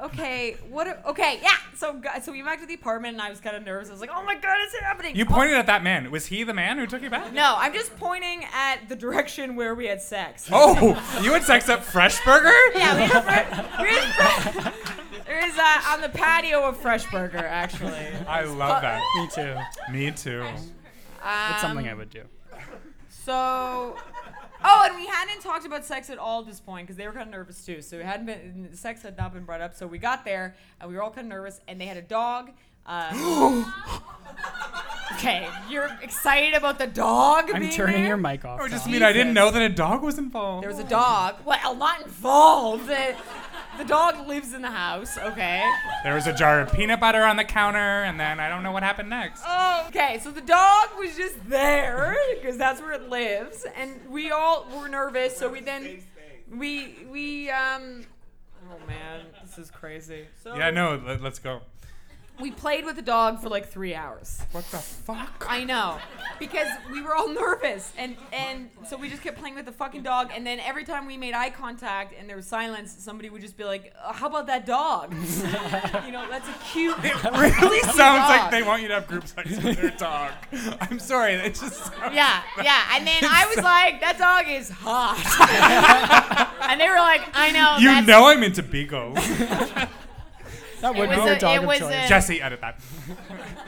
Okay. What? a- Okay. Yeah. So, gu- so we went back to the apartment, and I was kind of nervous. I was like, "Oh my god, it's happening!" You Oh, pointed at that man. Was he the man who took you back? no, I'm just pointing at the direction where we had sex. Oh, you had sex at Fresh Burger? Yeah, we have Fre- there's, Fre- there's uh, on the patio of Fresh Burger actually. I love that. Me too. Me too. It's something I would do. So, oh, and we hadn't talked about sex at all at this point because they were kind of nervous too. So we hadn't been sex had not been brought up. So we got there and we were all kind of nervous, and they had a dog. Uh, okay, you're excited about the dog. I'm being turning there? your mic off. I just Tom. mean I didn't Jesus. know that a dog was involved. There was a dog. Well, not involved. The, the dog lives in the house. Okay. There was a jar of peanut butter on the counter, and then I don't know what happened next. Oh, okay. So the dog was just there because that's where it lives, and we all were nervous. So we then we we um. Oh man, this is crazy. So Yeah, no, let, let's go. we played with the dog for like three hours. What the fuck? I know, because we were all nervous, and and so we just kept playing with the fucking dog. And then every time we made eye contact and there was silence, somebody would just be like, "Uh, "How about that dog?" you know, that's a cute. really cute sounds like dog. they want you to have group sex with their dog. I'm sorry, it just sounds Yeah, yeah. And then I was like, that dog is hot. and they were like, I know. You Oh, that's- know I'm into beagles. That would was be your a- dog it of was choice. a- Jesse, edit that.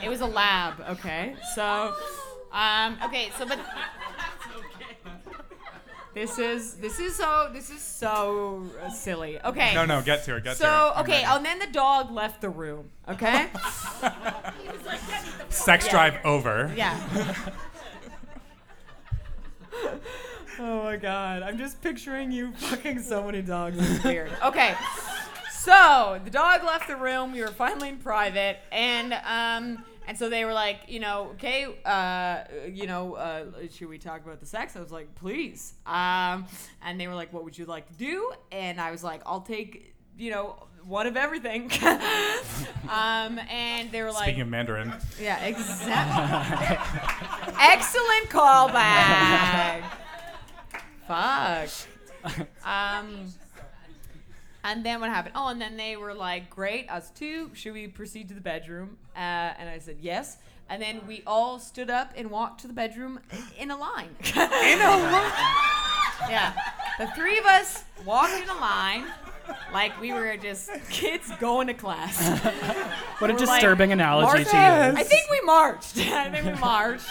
It was a lab, okay? So, um, okay, so, but. This is this is so this is so uh, silly. Okay. No, no, get to it, get So to it. okay, and then the dog left the room. Okay. Sex drive over. yeah. Oh my god, I'm just picturing you fucking so many dogs. It's Weird. Okay. So the dog left the room. We were finally in private, and um, and so they were like, you know, okay, uh, you know, uh, should we talk about the sex? I was like, please. Um, and they were like, what would you like to do? And I was like, I'll take, you know, one of everything. um, and they were like, Speaking of Mandarin, yeah, exactly. Excellent callback. Fuck. Um, and then what happened? Oh, and then they were like, "Great, us two. Should we proceed to the bedroom?" Uh, and I said, "Yes." And then we all stood up and walked to the bedroom in a line. in a line. Yeah, the three of us walked in a line, like we were just kids going to class. What a We're like, disturbing analogy "Marcus!" to I think we marched. I think we marched.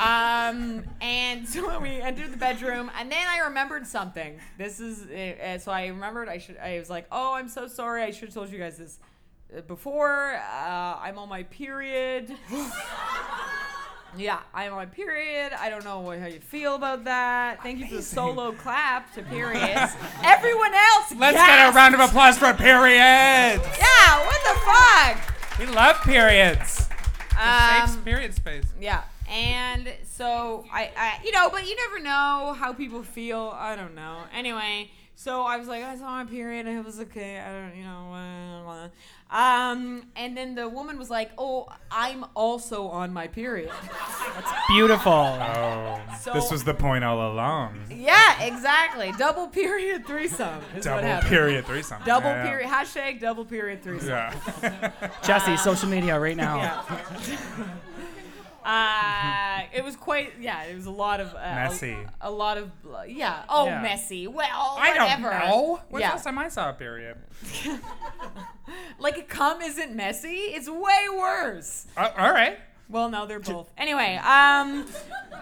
Um, and so we entered the bedroom, and then I remembered something. This is uh, uh, so I remembered I should. I was like, "Oh, I'm so sorry. I should have told you guys this uh, before." Uh, I I'm on my period. yeah, I'm on period. I don't know what, how you feel about that. Thank you for the solo clap to periods. Everyone else, Let's get gasped. a round of applause for periods. Yeah, what the fuck? We love periods. Um, Safe period space. Yeah. And so I, I, you know, but you never know how people feel. I don't know. Anyway, so I was like, I saw my period. and It was okay. I don't, you know. Blah, blah, blah. Um, and then the woman was like, Oh, I'm also on my period. Beautiful. Oh, So- this was the point all along. yeah, exactly. Double period threesome. Is Double what happened. period threesome. Double Yeah, yeah. period. Hashtag double period threesome. Yeah. Jesse, social media right now. Uh, it was quite, yeah, it was a lot of. Uh, a- Messy. A, lot of, bl- yeah. Oh, Yeah. messy. Well, I don't whatever. know. When's Yeah. the last time I saw a period? Like a cum isn't messy. It's way worse. Uh, all right. Well, no, they're both. Anyway, um,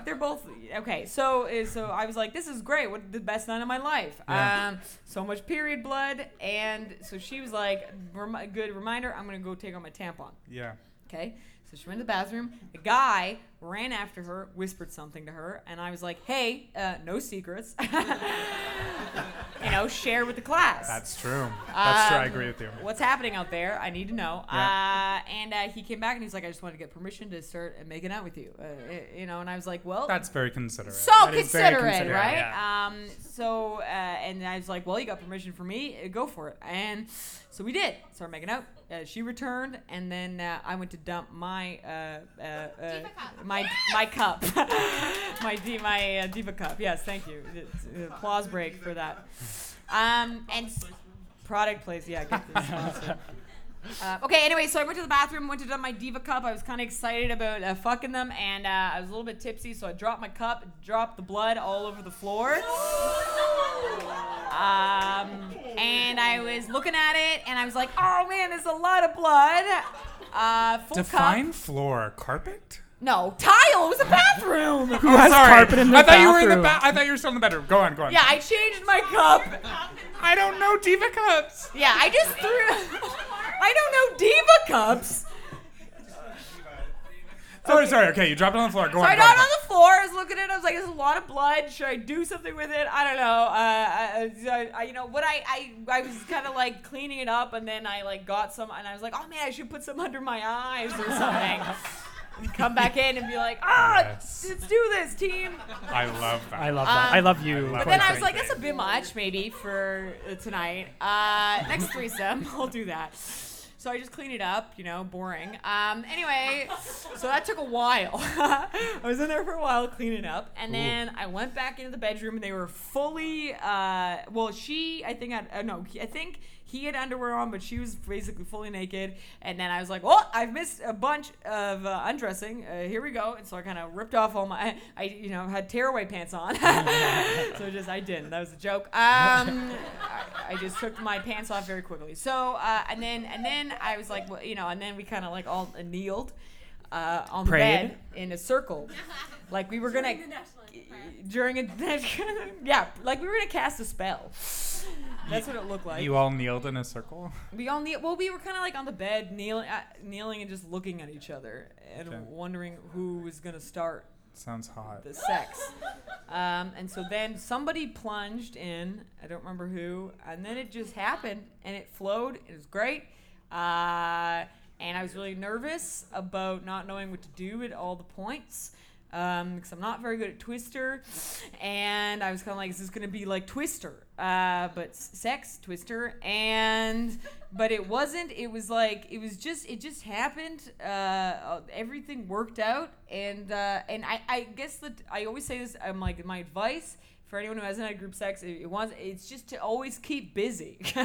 they're both okay. So, uh, so I was like, this is great. What the best night of my life. Yeah. Um, so much period blood, and so she was like, rem- good reminder. I'm gonna go take out my tampon. Yeah. Okay. So she went to the bathroom. The guy ran after her, whispered something to her, and I was like, hey, uh, no secrets. you know, share with the class. That's true. That's true. I Um, agree with you. What's happening out there? I need to know. Yeah. Uh, and uh, he came back and he's like, I just wanted to get permission to start making out with you. Uh, i- you know, and I was like, well, That's very considerate. so that is very considerate, considerate, right? yeah. Um, so, uh, and I was like, well, you got permission for me, uh, go for it. And so we did start making out. Uh, she returned, and then uh, I went to dump my uh, uh, uh, Diva cup. my my cup, my D, my uh, diva cup. Yes, thank you. It's, uh, applause break for that. Um, and s- product place, yeah. Get this sponsor. Uh, okay, anyway, so I went to the bathroom, went to dump my Diva cup. I was kind of excited about uh, fucking them, and uh, I was a little bit tipsy, so I dropped my cup, dropped the blood all over the floor. Um, and I was looking at it, and I was like, oh man, there's a lot of blood. Uh, full Define cup. floor carpet. No, tile. It was a bathroom. Who has carpet in their Oh, I thought you were in the bathroom? ba- I thought you were still in the bedroom. Go on, go on. yeah, I changed my cup. I don't know diva cups. Yeah, I just threw. I don't know Diva cups. Sorry, sorry. Okay, you dropped it on the floor. Go So I on. Go got on. it on the floor. I was looking at it. I was like, "There's a lot of blood. Should I do something with it? I don't know. Uh, I, I, I, you know, what I, I, I was kind of like cleaning it up, and then I like got some, and I was like, "Oh man, I should put some under my eyes or something." And Come back in and be like, "Ah, Yes. let's do this, team." I love that. I love that. Um, I love you. I love But then Quite I was like, frankly. "That's a bit much, maybe for uh, tonight. Uh, next threesome, I'll do that." So I just clean it up, you know, boring. Um, anyway, so that took a while. I was in there for a while cleaning up, and then I went back into the bedroom, and they were fully. Uh, well, she, I think, had, uh, no, he- I think he had underwear on, but she was basically fully naked. And then I was like, "Oh, I've missed a bunch of uh, undressing. Uh, here we go." And so I kind of ripped off all my, I, you know, had tearaway pants on. so just I didn't. That was a joke. Um, I, I just took my pants off very quickly. So uh, and then and then I was like, well, you know, and then we kind of like all kneeled uh, on the Prayed. bed in a circle, like we were gonna The national anthem. during a yeah, like we were gonna cast a spell. That's what it looked like. You all kneeled in a circle. We all kneel. Well, we were kind of like on the bed, kneeling, uh, kneeling, and just looking at each other and Okay. wondering who was gonna start Sounds hot. the sex. Um, and so then somebody plunged in. I don't remember who. And then it just happened, and it flowed. It was great. Uh, and I was really nervous about not knowing what to do at all the points. Because I'm not very good at Twister, and I was kind of like, "Is this gonna be like Twister, uh, but s- sex Twister?" And but it wasn't. It was like it was just it just happened. Uh, uh, everything worked out, and uh, and I, I guess that I always say this. I'm like my advice for anyone who hasn't had group sex. It, it wants it's just to always keep busy.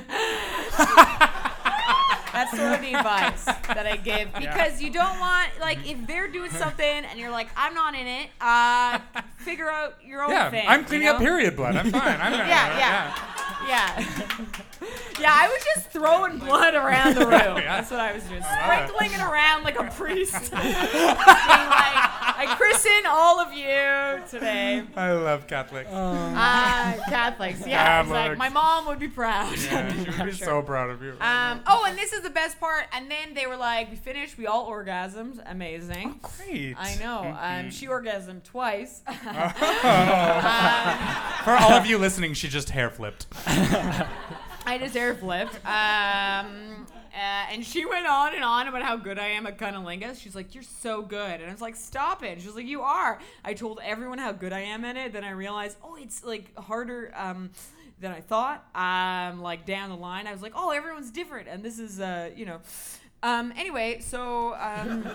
That's sort of the advice that I give because you don't want like Mm-hmm. if they're doing something and you're like I'm not in it. Uh, figure out your own Yeah, thing. I'm you cleaning up know? period blood. I'm fine. I'm not, Yeah, yeah. Yeah. yeah, I was just throwing blood around the room. Yeah. That's what I was doing. I love it. Sprinkling it around like a priest. Being like, I christen all of you today. I love Catholics. Oh. Uh, Catholics, yeah. it's Like, Catholics. my mom would be proud. yeah, she would be so proud of you. Um, oh, and this is the best part. And then they were like, we finished, we all orgasmed. Amazing. Great. I know. Um, she orgasmed twice. Oh. uh. For all of you listening, she just hair flipped. I just air flipped. Um, uh, and she went on and on about how good I am at cunnilingus. She's like, "You're so good," and I was like, "Stop it!" She was like, "You are." I told everyone how good I am at it. Then I realized, oh, it's like harder um, than I thought. Um, like down the line, I was like, "Oh, everyone's different," and this is, uh, you know. Um, anyway, so um,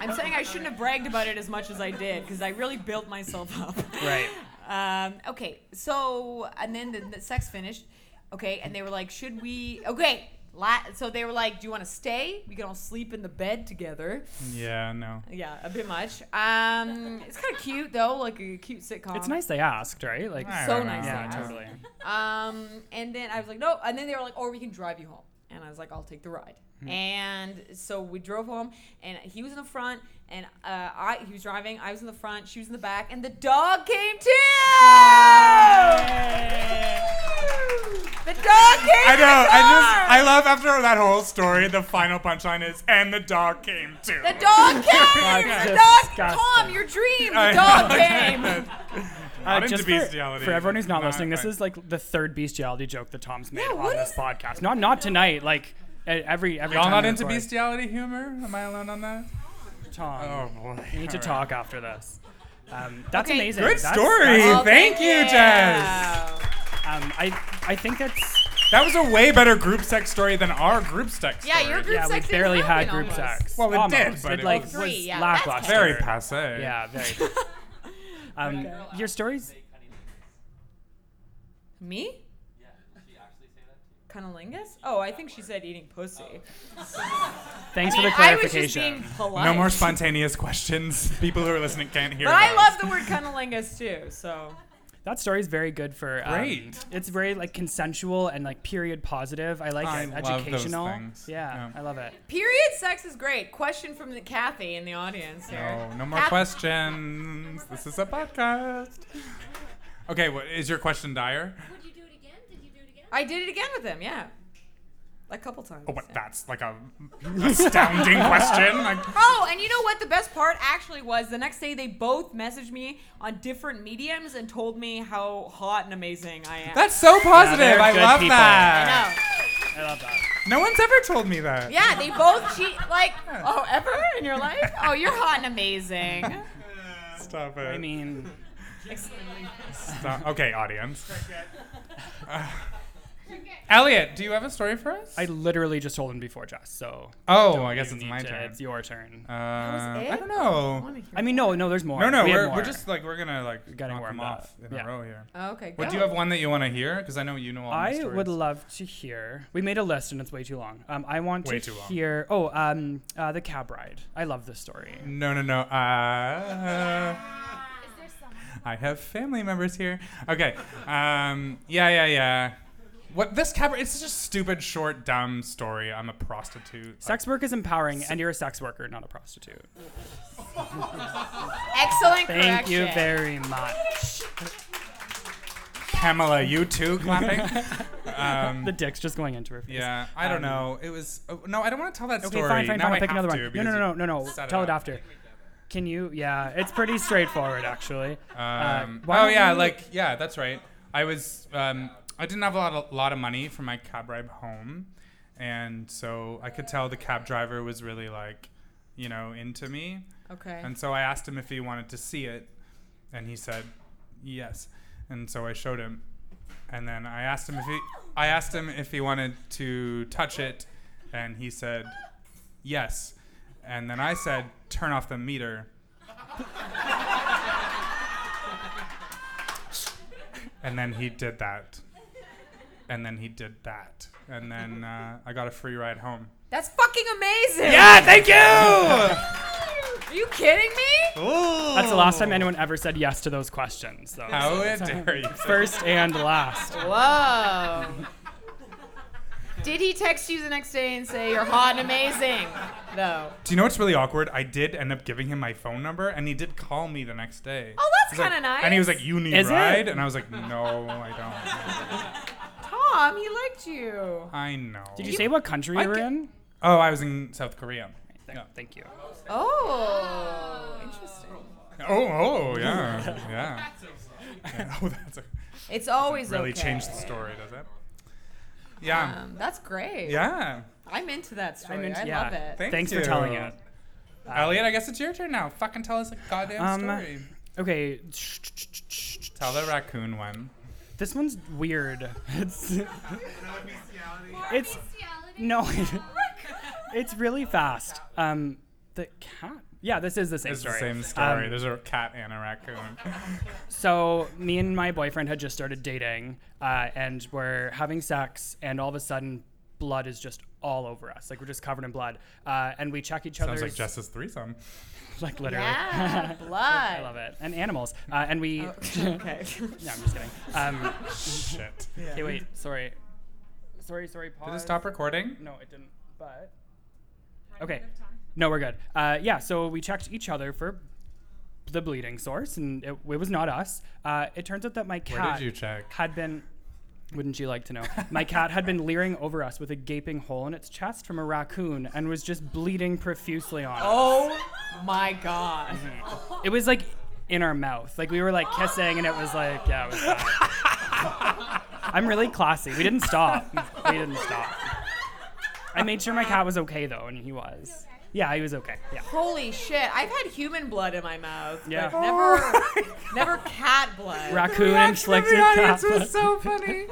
I'm saying I shouldn't have bragged about it as much as I did because I really built myself up. Right. Um, okay, so and then the, the sex finished. Okay, and they were like, "Should we?" Okay, la- so they were like, "Do you want to stay? We can all sleep in the bed together." Yeah, no. Yeah, a bit much. Um, it's kind of cute though, like a cute sitcom. It's nice they asked, right? Like, I So don't know. nice yeah, asked. totally. Um, and then I was like, "No," and then they were like, "Or we can drive you home." And I was like, "I'll take the ride." Hmm. And so we drove home, and he was in the front, and uh, I he was driving. I was in the front. She was in the back, and the dog came too. The dog came. I know. The I just I love after that whole story. The final punchline is, and the dog came too. The dog came. That's the dog. disgusting. Tom, your dream. The I dog know. came. Not Uh, into just for, bestiality. for everyone who's not Not listening, this quite. is like the third bestiality joke that Tom's made Yeah, on what this is- podcast. Not not tonight. Like e- every every. Y'all time not we into record. Um, bestiality humor? Am I alone on that? Tom, Oh boy. we need to All right. talk after this. Um, that's Okay, amazing. Good That's- story. that's- Thank you, Jess. Wow. um, I I think that's That was a way better group sex story than our group sex Yeah, story. your group yeah. sex we didn't barely had happen group almost. sex. Well, it did, Almost. but it it like was- Three, was yeah, that's lackluster. Very passe. Yeah, very. um, your stories. Me? Cunnilingus? Oh, I think she said eating pussy. Thanks I for the mean, I was just clarification. being polite. No more spontaneous questions. People who are listening can't hear. But I those. love the word cunnilingus too, so. That story is very good for. Um, Great. It's very like consensual and like period positive. I like I it. love those Educational. things. Yeah, Yeah. I love it. Period sex is great. Question from the Kathy in the audience here. No, no more Cap- questions. This is a podcast. Okay, what is your question, Dyer? Would you do it again? Did you do it again? I did it again with him, yeah. A couple times. Oh, what? yeah. That's like a astounding question. Like, Oh, and you know what? The best part actually was the next day they both messaged me on different mediums and told me how hot and amazing I am. that's so positive. they're I good love people. that. no. I love that. No one's ever told me that. Yeah, they both cheat. Like, oh, ever in your life? Oh, you're hot and amazing. Stop it. I mean, Stop. Okay, audience. Uh, Elliot, do you have a story for us? I literally just told him before Jess, so. oh, I guess you it's need my to- turn. It's your turn. Uh, I it? don't know. I mean, no, no, there's more. No, no, we we have are more. we're just like we're gonna like Getting knock them warmed up. off in Yeah. a row here. Okay, go. What do you have one that you want to hear? Because I know you know all. my I stories. would love to hear. We made a list and it's way too long. Um, I want Way to too long. hear. Oh, um, uh, the cab ride. I love this story. No, no, no. Uh, Is there someone? I have family members here. Okay. Um, yeah, yeah, yeah. What this cabaret? It's just a stupid, short, dumb story. I'm a prostitute. Sex work is empowering, and you're a sex worker, not a prostitute. Excellent Thank you correction. very much. Pamela, you too clapping. The um, dick's just going into her face. yeah, I don't Um, know. It was oh, no. I don't want to tell that Okay, story. fine, fine, now fine. I I'll pick have another to one. No, because no, no, you no, no, no. set Tell it up. after. Can you? Yeah, it's pretty straightforward, actually. Uh, Um, why oh don't yeah, you- like yeah, that's right. I was um, I didn't have a lot of, lot of money for my cab ride home, and so I could tell the cab driver was really like, you know, into me. Okay. And so I asked him if he wanted to see it, and he said yes. And so I showed him, and then I asked him if he I asked him if he wanted to touch it, and he said yes. And then I said turn off the meter. and then he did that. And then he did that. And then uh, I got a free ride home. That's fucking amazing. Yeah, thank you. Are you kidding me? That's the last time anyone ever said yes to those questions. So How dare you? first and last. Whoa. Did he text you the next day and say you're hot and amazing? Though. Do you know what's really awkward? I did end up giving him my phone number, and he did call me the next day. Oh, that's He's like- kinda nice. And he was like, "You need Is it? ride," and I was like, "No, I Tom, he liked you. don't. I know." Did you, say what country I you were get- in? Oh, I was in South Korea. Thank, thank you. Oh, interesting. Oh, oh, yeah, yeah. Yeah, Oh, that's a, It's always really okay. changed the story, does it? Yeah, Um, that's great. yeah. I'm into that story. I'm into- I yeah. love it. Thank Thanks you. Uh, for telling it. Elliot, I guess it's your turn now. Fucking tell us a goddamn Um, story. Okay. Tell the raccoon one. This one's weird. It's it's Bestiality? no, it's really fast. Um, the cat. Yeah, this is the same It's the story. same story. Um, There's a cat and a raccoon. so me and my boyfriend had just started dating, uh, and we're having sex, and all of a sudden, blood is just all over us. Like we're just covered in blood, uh, and we check each Sounds other's like Jess's threesome. like literally. Yeah, blood. I love it. And animals. Uh, and we. Okay. no, I'm just kidding. Um, Shit. okay, wait. Sorry. Sorry, sorry. Pause. Did it stop recording? No, it didn't. But okay, no, we're good. Uh, yeah, so we checked each other for the bleeding source, and it, it was not us. Uh, it turns out that my Where cat did you check? had been. Wouldn't you like to know? My cat had been leering over us with a gaping hole in its chest from a raccoon and was just bleeding profusely on us. Oh my god. It was like in our mouth. Like we were like kissing, and it was like, yeah, it was bad. I'm really classy. We didn't stop. We didn't stop. I made sure my cat was okay though, and he was. Yeah, he was okay. Yeah. Holy shit. I've had human blood in my mouth. Yeah. But never never cat blood. Raccoon inflicted cat. blood. so funny.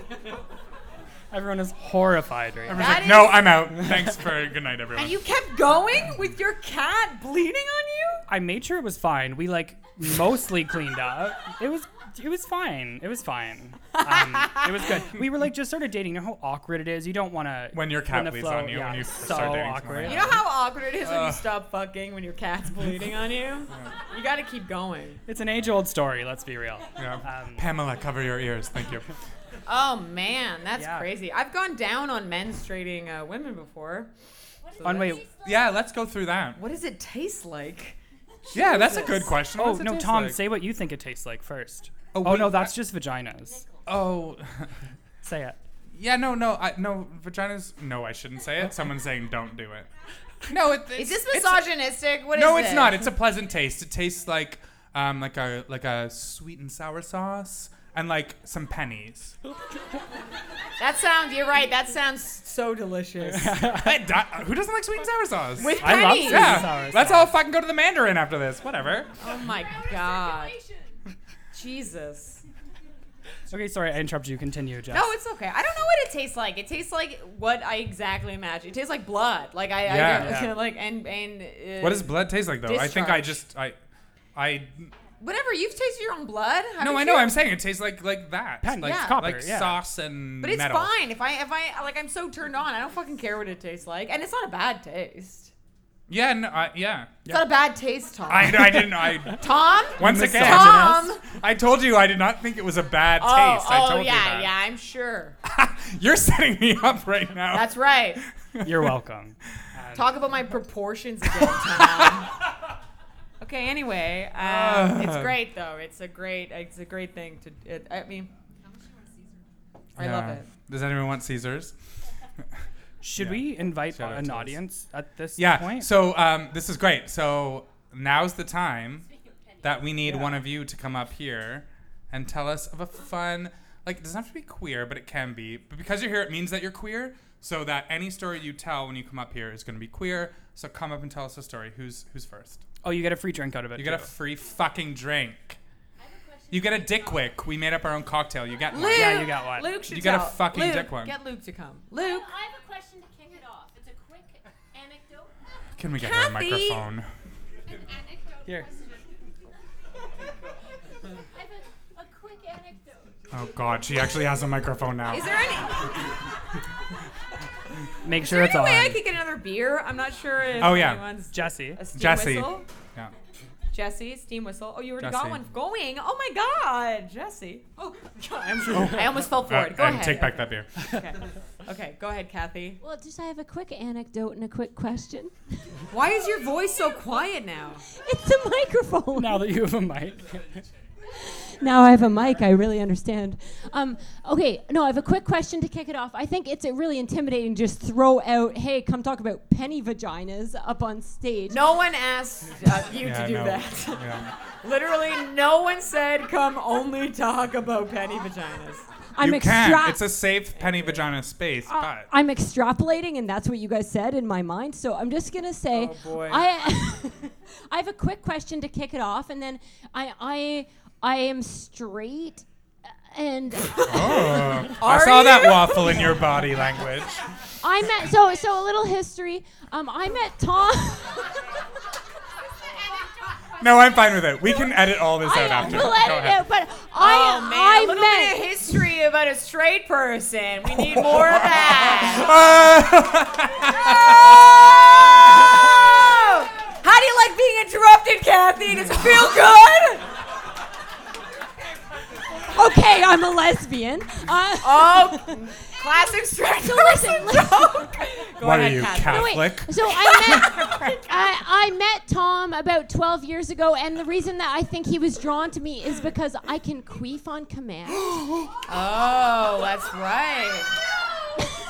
Everyone is horrified right now. That is- no, I'm out. Thanks for good night, everyone. And you kept going with your cat bleeding on you? I made sure it was fine. We like mostly cleaned up. It was it was fine. It was fine. Um, it was good. We were like just started dating. You know how awkward it is. You don't want to When your cat bleeds on you, when you so start dating someone awkward. like You know how awkward it is when you stop fucking when your cat's bleeding on you? You gotta keep going. It's an age old story. Let's be real. Yeah. Um, Pamela, cover your ears. Thank you. Oh man, that's Yeah. crazy. I've gone down on menstruating uh, women before. on wait. Yeah, let's go through that. What does it taste like? Yeah, that's a good question. What Oh does it no, taste Tom, like? say what you think it tastes like first. Oh, Oh, wait, no, that's just vaginas. Oh, Say it. yeah. No, no, I, no. Vaginas. No, I shouldn't say it. Someone's saying don't do it. No, it, it's, Is this it's- misogynistic? What is no, it's this? not. It's a pleasant taste. It tastes like um like a like a sweet and sour sauce and like some pennies. That sounds. You're right. That sounds so delicious. But di- who doesn't like sweet and sour sauce? With I love pennies. sweet yeah, and sour let's sauce. all fucking go to the Mandarin after this. Whatever. Oh my god. Jesus. Okay, sorry, I interrupted you. Continue, Jess. No, it's okay. I don't know what it tastes like. It tastes like what I exactly imagine. It tastes like blood. Like I, I Yeah. don't, Yeah. like and and. Uh, What does blood taste like though? I think I Discharge. just I I Whatever. You've tasted your own blood. haven't No, I know. you? I'm saying it tastes like like that. Pen- like, yeah. It's copper, like yeah. sauce and But it's metal. fine. If I if I like, I'm so turned on. I don't fucking care what it tastes like, and it's not a bad taste. Yeah, no, I, yeah. It's not a bad taste, Tom. I, I didn't. I Tom. once again. Tom. I told you I did not think it was a bad Oh, taste. I oh, told yeah, you yeah. that. I'm sure. You're setting me up right now. That's right. You're welcome. Talk about my proportions again, Tom. okay. Anyway, um, it's Ah. great though. It's a great. It's a great thing to. It, I mean, I love Yeah. it. Does anyone want Caesars? Should Yeah. we invite Shout out Uh, an to us. audience at this Yeah. point? So um, this is great. So now's the time that we need one of you to come up here and tell us of a fun. Like it doesn't have to be queer, but it can be. But because you're here, it means that you're queer. So that any story you tell when you come up here is going to be queer. So come up and tell us a story. Who's who's first? oh, you get a free drink out of it. You get a too. free fucking drink. You get a dickwick. We made up our own cocktail. You got one. Luke. Yeah, you got one. Luke should You got a tell- fucking Luke, dick one. Get Luke to come. I Luke. I have a question to kick it off. It's a quick anecdote. Can we get her a Kathy! microphone? An anecdote Here. question. I have a, a quick anecdote. Oh God, she actually has a microphone now. Is there any? Make Is there sure it's any on. way I could get another beer? I'm not sure if Oh, yeah. anyone's Jesse. a steam Jesse. whistle. Yeah. Jesse, steam whistle. Oh, you already Jesse. got one going. Oh my God, Jesse. Oh, God, I'm, I almost fell Uh, forward. Go and ahead. take back that beer. Okay. okay, go ahead, Kathy. Well, just I have a quick anecdote and a quick question. Why is your voice so quiet now? It's a microphone. Now that you have a mic. Now I have a mic. I really understand. Um, okay, no, I have a quick question to kick it off. I think it's uh, really intimidating to just throw out, "Hey, come talk about penny vaginas" up on stage. No one asked uh, you Yeah, to do no. that. Yeah. Literally, no one said, come only talk about penny vaginas. I'm you can. extra- It's a safe penny vagina space, Uh, but I'm extrapolating, and that's what you guys said in my mind. So I'm just gonna say, Oh, boy. I, I have a quick question to kick it off, and then I, I, I am straight, uh, and Oh, I saw that waffle in your body language. I met. So, so a little history. Um, I met Tom. No, I'm fine with it. We can edit all this out I after. will Go edit ahead. it, but Oh, man. I, a little I bit met. of history about a straight person. We need more of that. How do you like being interrupted, Kathy? Does it feel good? Okay, I'm a lesbian. Uh, Oh, classic straight So person listen, listen. joke. Go What are ahead, you, Kathy. No, wait. Catholic? So I met I, I met Tom about 12 years ago, and the reason that I think he was drawn to me is because I can queef on command. Oh, that's right.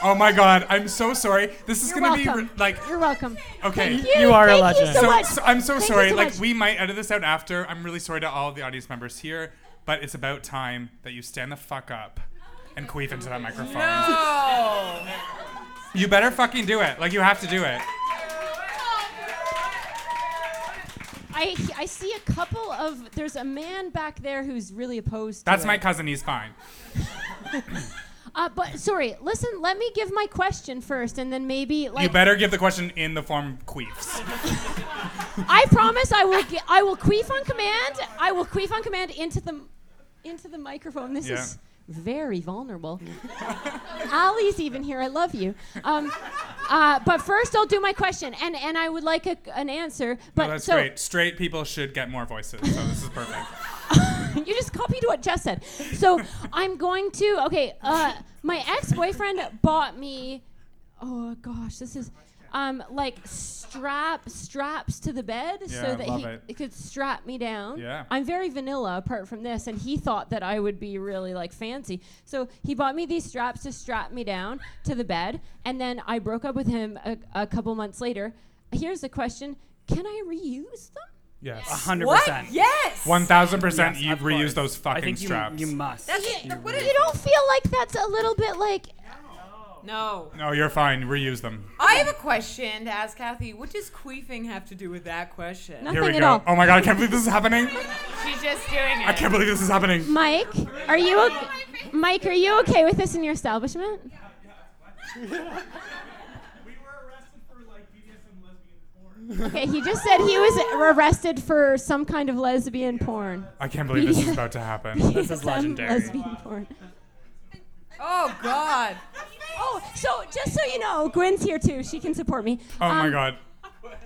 Oh my god, I'm so sorry. This is You're gonna be welcome. re- like You're welcome. okay. Thank you. You are a Thank legend. You so, So, much. so- I'm so Thank you sorry. so like much. we might edit this out after. I'm really sorry to all the audience members here, but it's about time that you stand the fuck up and queef into that microphone. Oh. You better fucking do it. Like you have to do it. I I see a couple of there's a man back there who's really opposed. That's to my it. cousin. He's fine. Uh, but sorry, listen. Let me give my question first, and then maybe like You better give the question in the form of queefs. I promise I will ge- I will queef on command. I will queef on command into the into the microphone. This Yeah. is very vulnerable. Ali's even here. I love you. Um, uh, but first, I'll do my question, and and I would like a, an answer. But Oh, that's so great. Straight people should get more voices. So this is perfect. you just copied what Jess said. So I'm going to okay. Uh, my ex-boyfriend bought me. Oh gosh, this is. Um, like strap straps to the bed Yeah, so that love he it. could strap me down. Yeah. I'm very vanilla apart from this, and he thought that I would be really like fancy. So he bought me these straps to strap me down to the bed, and then I broke up with him a, a couple months later. Here's the question: Can I reuse them? Yes. A hundred What? percent. Yes. One thousand percent. Yes, You of course. reuse those I fucking think you, straps. You must. You, you don't feel like that's a little bit like No. no, you're fine. Reuse them. I have a question to ask Kathy. What does queefing have to do with that question? No. Here we Nothing at go. all. Oh my god, I can't believe this is happening. She's just doing it. I can't believe this is happening. Mike, are you okay? Mike, are you okay with this in your establishment? Okay, he just said he was arrested for some kind of lesbian porn. I can't believe this is about to happen. This is Some legendary. Lesbian porn. Oh God. Oh, so just so you know, Gwen's here too. She can support me. Oh my Um, god.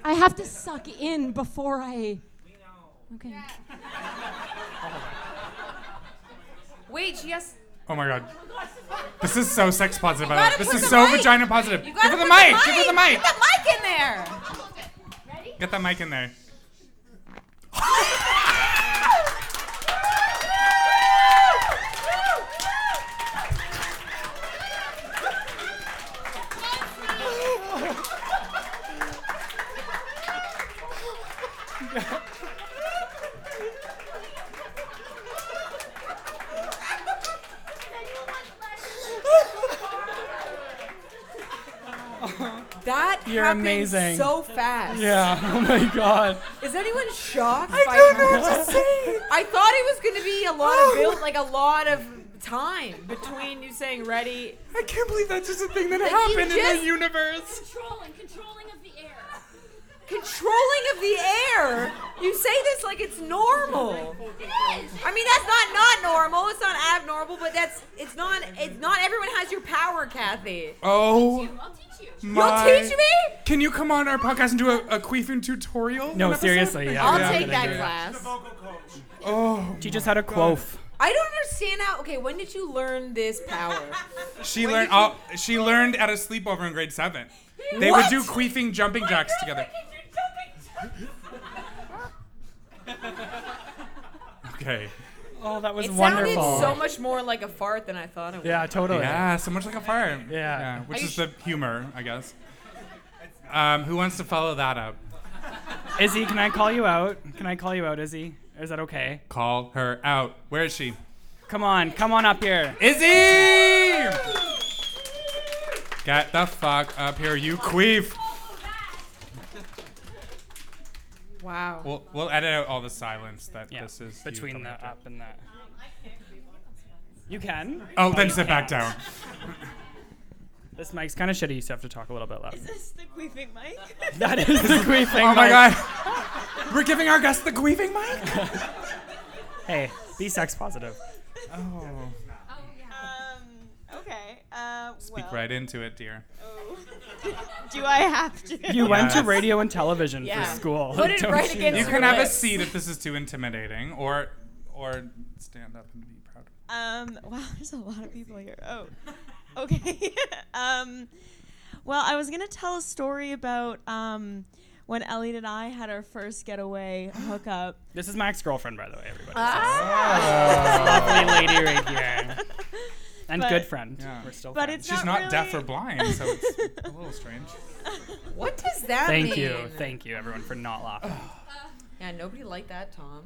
I have to suck in before I. Okay. Wait, she has. Oh my god. This is so sex positive. I gotta love it. This put is the so mic- vagina positive. You Give gotta her the put mic. Give her the mic. Put the mic in there. Get that mic in there. That You're happened amazing. so fast. Yeah. Oh my god. Is anyone shocked? I don't know what to say. I thought it was going to be a lot of Oh. build, like a lot of time between you saying ready. I can't believe that's just a thing that Like, you happened in just- the universe. Controlling, controlling of the air. Controlling of the air. You say this like it's normal. I mean, that's not not normal. Oh, It's not abnormal, but that's it's not it's not everyone has your power, Kathy. Oh, I'll teach you. my. You'll teach me? Can you come on our podcast and do a, a queefing tutorial? No, An episode? seriously, yeah. I'll Yeah. take that Yeah. class. Oh, She just had a quof. I don't understand how. Okay, when did you learn this power? she learned. oh, she learned at a sleepover in grade seven. They would What? do queefing jumping jacks together. Okay. Oh, that was It wonderful. sounded so much more like a fart than I thought it was. yeah, totally. Yeah, so much like a fire. Yeah. which Are you is the humor, I guess. Um, who wants to follow that up? Izzy, can I call you out? Can I call you out, Izzy? Is that okay? Call her out. Where is she? Come on, come on up here. Izzy! Get the fuck up here, you queef. Wow. We'll, we'll edit out all the silence that Yeah, this is you between coming the up to. up and the. You can. Oh, then sit back down. This mic's kind of shitty, so you have to talk a little bit loud. Is the queefing mic? That is the queefing. Oh my mic. god. We're giving our guest the queefing mic? Hey, be sex positive. Oh. um, okay. Uh, Speak well, right into it, dear. oh. Do I have to? You went to Yes. radio and television Yeah. for school. Put it don't right you against know? You It's can have a lips. seat if this is too intimidating, or or stand up and be proud. Um, wow, there's a lot of people here. Oh, okay. um, well, I was gonna tell a story about um, when Elliot and I had our first getaway hookup. This is my ex-girlfriend, by the way, everybody. Ah. Oh. Lovely lady right here. And But- good friend. Yeah. We're still But friends. it's She's Not not deaf or really. blind, so it's a little strange. What does that Thank mean? you. Thank you, everyone, for not laughing. Yeah, nobody liked that, Tom.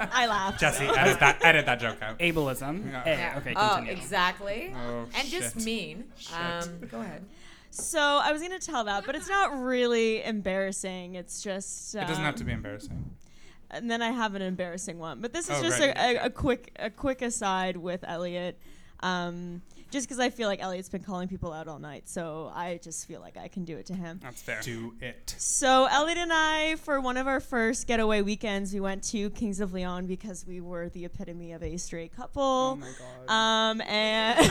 I laughed. Jesse, edit that, e- edit that joke out. Ableism. Yeah. Eh, Yeah. Okay, oh, continue. exactly. Oh, and just shit. mean. Um, go ahead. So I was gonna tell that, but it's not really embarrassing. It's just. Um, It doesn't have to be embarrassing. and then I have an embarrassing one. But this is Oh, just right. a, a, a quick a quick aside with Elliot, um, just because I feel like Elliot's been calling people out all night, so I just feel like I can do it to him. That's fair. Do it. So Elliot and I, for one of our first getaway weekends, we went to Kings of Leon because we were the epitome of a straight couple. Oh my god! Um, and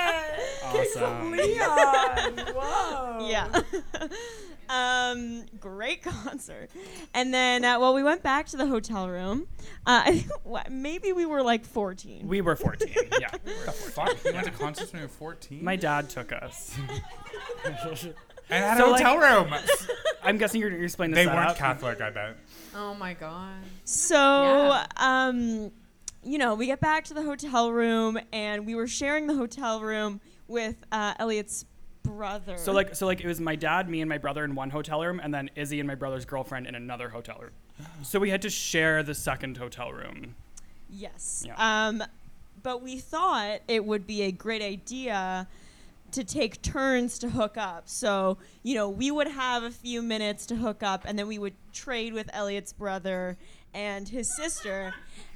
Awesome. yeah. um, great concert. And then, uh, well, we went back to the hotel room. Uh, I think wha- maybe we were like 14. We were 14. Yeah. we were 14. Fuck, you went to concerts when you were 14? My dad took us. and had So, a like- hotel room. I'm guessing you're, you're explaining this they weren't up. Catholic, I bet. Oh my god. so, Yeah. um, you know, we get back to the hotel room and we were sharing the hotel room with uh, Elliot's brother. So like, so like, it was my dad, me, and my brother in one hotel room, and then Izzy and my brother's girlfriend in another hotel room. So we had to share the second hotel room. Yes. Yeah. Um, but we thought it would be a great idea to take turns to hook up. So, you know, we would have a few minutes to hook up and then we would trade with Elliot's brother and his sister.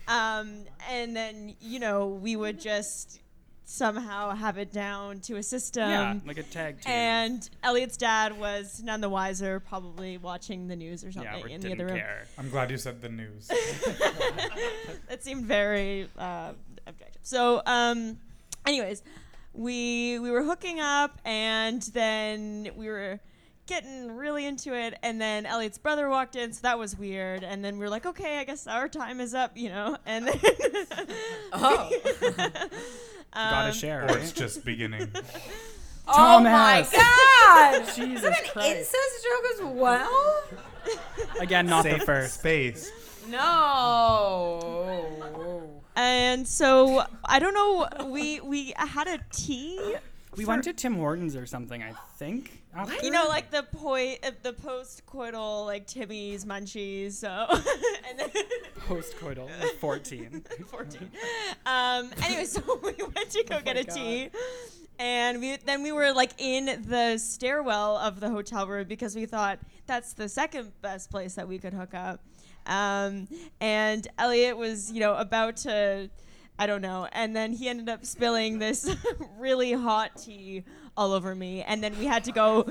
Um, and then, you know, we would just somehow have it down to a system. yeah, like a tag team. and Elliot's dad was none the wiser, probably watching the news or yeah, something we in the didn't other room. care. I'm glad you said the news. that seemed very uh, objective. So, um, anyways, we we were hooking up, and then we were getting really into it, and then Elliot's brother walked in, so that was weird. And then we were like, okay, I guess our time is up, you know. And then Oh. Um, Gotta share. or it's just beginning. oh my Thomas. god. Is Jesus that an Christ. incest joke as well? Again, not the Safe first. Space. No. and so I don't know. We we had a tea. We went to Tim Hortons or something, I think. after. You know, like the poi, uh, the post-coital, like Timmy's munchies. So, and then Postcoital, 14. 14. Um, anyway, so we went to go get a tea. And we, then we were like in the stairwell of the hotel room because we thought that's the second best place that we could hook up. Um, and Elliot was, you know, about to, I don't know. And then he ended up spilling this really hot tea all over me. And then we had to go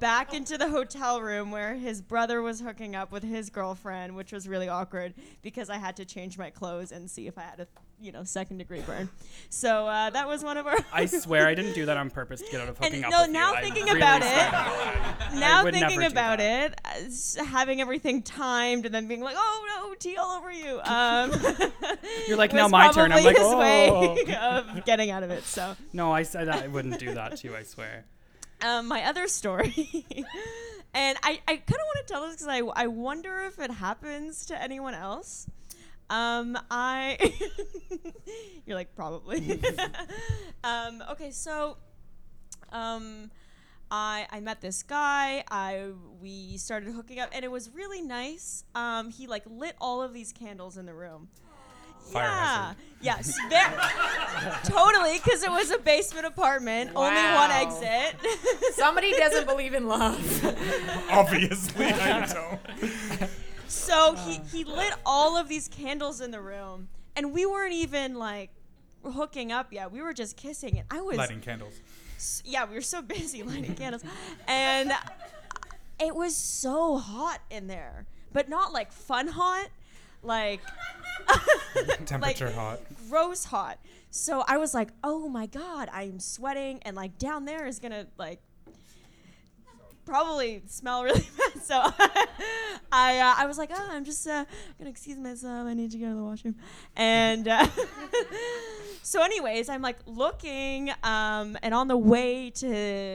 back into the hotel room where his brother was hooking up with his girlfriend, which was really awkward because I had to change my clothes and see if I had a, you know, second degree burn. So uh, that was one of our. I swear I didn't do that on purpose to get out of hooking And up no, with now you. I thinking really about swear. it, now would never thinking do about it, uh, s- having everything timed and then being like, "Oh no, tea all over you." Um, You're like, was "Now my turn." I'm probably like, "Oh." his way of getting out of it. So, No, I said I wouldn't do that to you. I swear. um, my other story, and I, I kind of want to tell this because I, I wonder if it happens to anyone else. Um, I, you're like probably. um, okay, so, um, I I met this guy. I we started hooking up, and it was really nice. Um, he like lit all of these candles in the room. Fire hazard. yeah. Yes. There, totally, because it was a basement apartment, only one Wow. exit. Somebody doesn't believe in love. Obviously, I don't. So he, he lit all of these candles in the room, and we weren't even like hooking up yet. We were just kissing, and I was Lighting candles. s- yeah, we were so busy lighting candles, and it was so hot in there, but not like fun hot, like Temperature hot. gross hot. So I was like, oh my god, I'm sweating, and like down there is gonna like probably smell really bad. So I uh, I was like, oh, I'm just uh, gonna excuse myself. I need to go to the washroom, and uh, so anyways, I'm like looking, um, and on the way to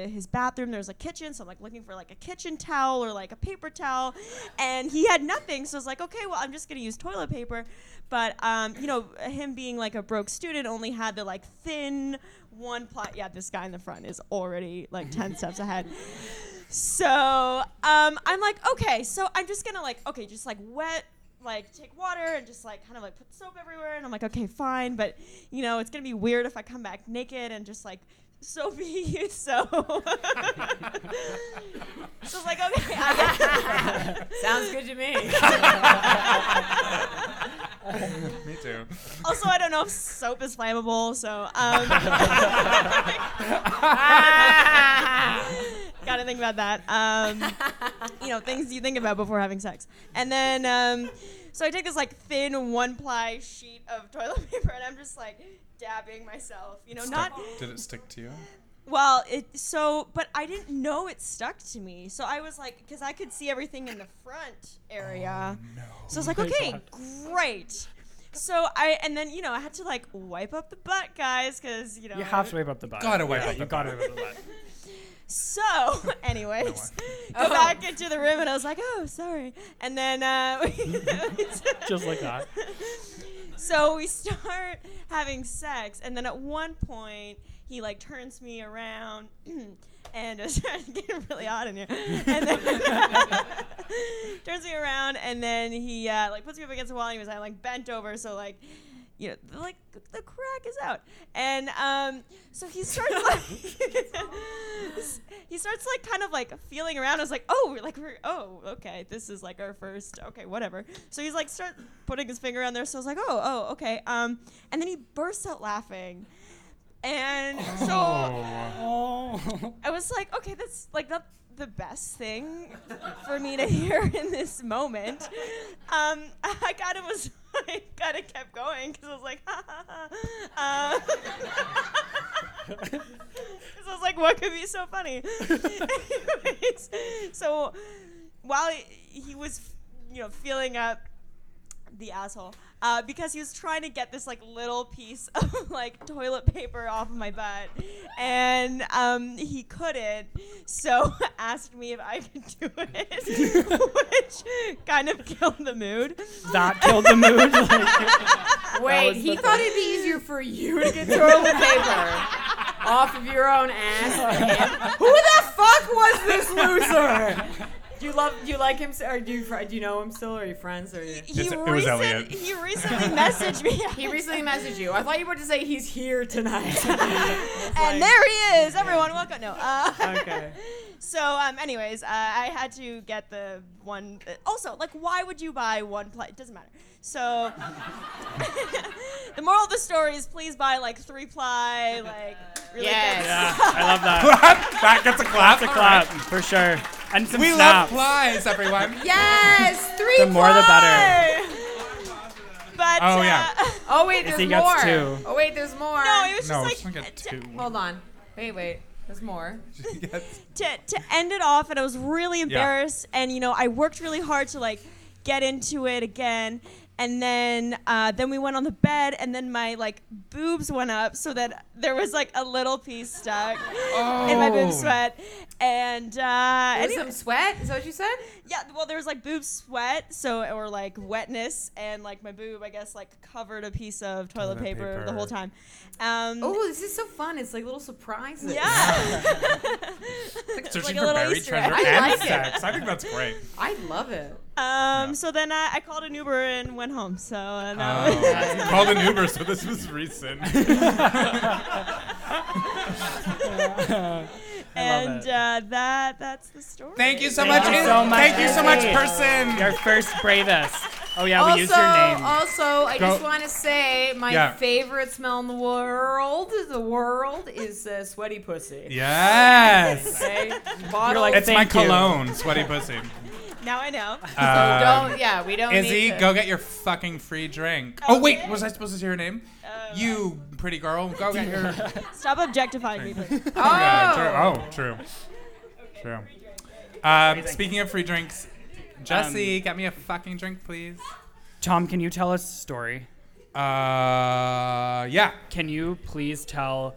his bathroom, there's a kitchen, so I'm like looking for like a kitchen towel or like a paper towel, and he had nothing. So I was like, okay, well, I'm just gonna use toilet paper. But um, you know, him being like a broke student, only had the like thin one plot. Yeah, this guy in the front is already like ten steps ahead. So um, I'm like, okay, so I'm just gonna like, okay, just like wet, like take water and just like kind of like put soap everywhere. And I'm like, okay, fine, but you know, it's gonna be weird if I come back naked and just like soapy. So, so it's like, okay, I guess. Sounds good to me. Me too. Also, I don't know if soap is flammable, so um, gotta think about that. Um, you know, things you think about before having sex. And then, um, so I take this like thin one ply sheet of toilet paper, and I'm just like dabbing myself. You know, not Did it stick to you? well. It so, but I didn't know it stuck to me, so I was like, because I could see everything in the front area. Oh, So I was like, okay, great. So I and then you know I had to like wipe up the butt, guys, because you know You have to wipe up the butt. Gotta wipe Yeah, up the You gotta wipe up the butt. So, anyways, go back Oh. into the room, and I was like, "Oh, sorry." And then, uh, Just like that. so we start having sex, and then at one point, he like turns me around, and it's getting really hot in here. And then turns me around, and then he uh, like puts me up against the wall, and he was I like bent over, so like. You know, the, like the crack is out, and um, so he starts like he starts like kind of like feeling around. I was like, oh, we're like we're oh, okay, this is like our first okay, whatever. So he's like start putting his finger on there. So I was like, oh, oh, okay. Um, and then he bursts out laughing, and so Oh. I was like, okay, that's like not the best thing for me to hear in this moment. Um, I kind of was like, kind of kept going because I was like, ha ha ha. Because I was like, what could be so funny? Anyways, so while he was, you know, feeling up the asshole uh, because he was trying to get this like little piece of like toilet paper off of my butt and um, he couldn't so asked me if i could do it which kind of killed the mood That killed the mood. Like, Wait, was he the thought it'd be easier for you to get toilet paper off of your own ass. than him? Who the fuck was this loser? Do you love? Do you like him? s- Or do you? fr- Do you know him still? Or are you friends? Or are you? He, It's- it recent, was Elliot. he recently messaged me. He recently messaged you. I thought you were to say he's here tonight. It's and like- there he is. Everyone, welcome. No. Uh, Okay. So, um, anyways, uh, I had to get the one. uh, Also, like, why would you buy one ply? It doesn't matter. So, the moral of the story is please buy like three ply, like really Yes. good. Yeah, I love that. that gets a clap. That's a All clap right. for sure. And some We love snaps. flies, everyone. Yes, three. The more the better. But Oh, uh, yeah. Oh wait, there's he more. gets two. Oh wait, there's more. no, it was No, just just like gonna get uh, two. Hold on. Wait, wait. There's more. Yes. to, to end it off and i was really embarrassed and you know i worked really hard to like get into it again and then uh, then we went on the bed and then my like boobs went up so that there was like a little piece stuck in my boob Oh. sweat and uh, There's anyway- some sweat. Is that what you said? yeah well there was like boob sweat so or like wetness and like my boob i guess like covered a piece of toilet, Toilet paper, the paper. whole time um, Oh, this is so fun. It's like little surprises. yeah Searching like for a little buried Easter egg. treasure I and like it. sex. I think that's great. I love it. Um, So then I, I called an Uber and went home. So uh, that was- Oh. You called an Uber, so this was recent. and uh, that that's the story. Thank you so Thank much. you in- so much, Thank you so much, Izzy. person. Your first bravest. Oh yeah, we also, used your name. also, I Go- just want to say my Yeah. favorite smell in the world, the world is uh, sweaty pussy. Yes. Okay, bottle. like- It's my Thank you. cologne, sweaty pussy. Now I know. Um, don't, yeah, we don't. Izzy, need to- go get your fucking free drink. Oh wait, Okay. was I supposed to say your name? Oh, You pretty girl, go get your. Stop objectifying me, please. Oh. Yeah, true. Oh, true. True. Um, speaking of free drinks, Jesse, get me a fucking drink, please. Tom, can you tell us a story? Uh, yeah. Can you please tell?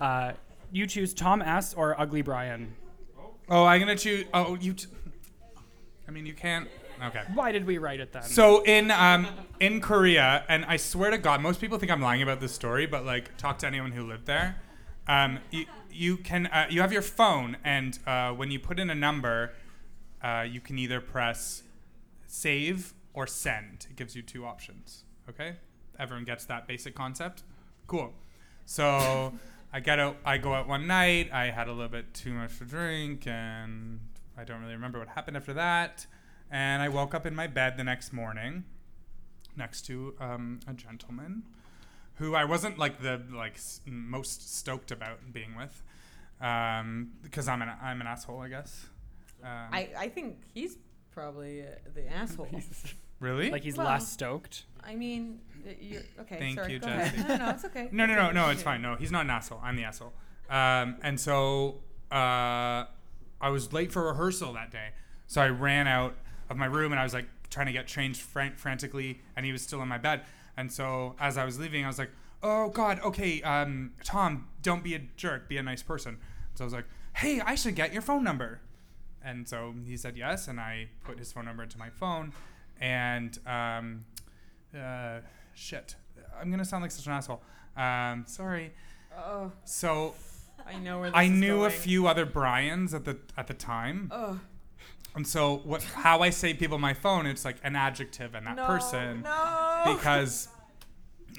Uh, you choose Tom S or Ugly Brian. Oh, I'm gonna choose. Oh, you. T- I mean, you can't. Okay. Why did we write it then? So in um in Korea, and I swear to God, most people think I'm lying about this story, but like talk to anyone who lived there. Um, you, you can uh, you have your phone, and uh, when you put in a number, uh, you can either press save or send. It gives you two options. Okay, everyone gets that basic concept. Cool. So I get out. I go out one night. I had a little bit too much to drink, and I don't really remember what happened after that. And I woke up in my bed the next morning, next to um, a gentleman who I wasn't like the like s- most stoked about being with, um, because I'm an I'm an asshole, I guess. Um, I, I think he's probably uh, the asshole. really like he's Well. less stoked. I mean, uh, you're, okay. Thank sorry, you, go ahead. Jesse. No, no, it's okay. No, no, no, no. It's Yeah. fine. No, he's not an asshole. I'm the asshole. Um, and so uh, I was late for rehearsal that day, so I ran out of my room and I was like trying to get changed fran- frantically, and he was still in my bed. And so as I was leaving, I was like, "Oh God, okay, um, Tom, don't be a jerk. Be a nice person." So I was like, "Hey, I should get your phone number." And so he said yes, and I put his phone number into my phone. And um, uh, shit, I'm gonna sound like such an asshole. Um, sorry. Oh, So I know where this I is knew a going. few other Brian's at the at the time, Oh, and so what? How I say people on my phone, it's like an adjective and that no, person No. because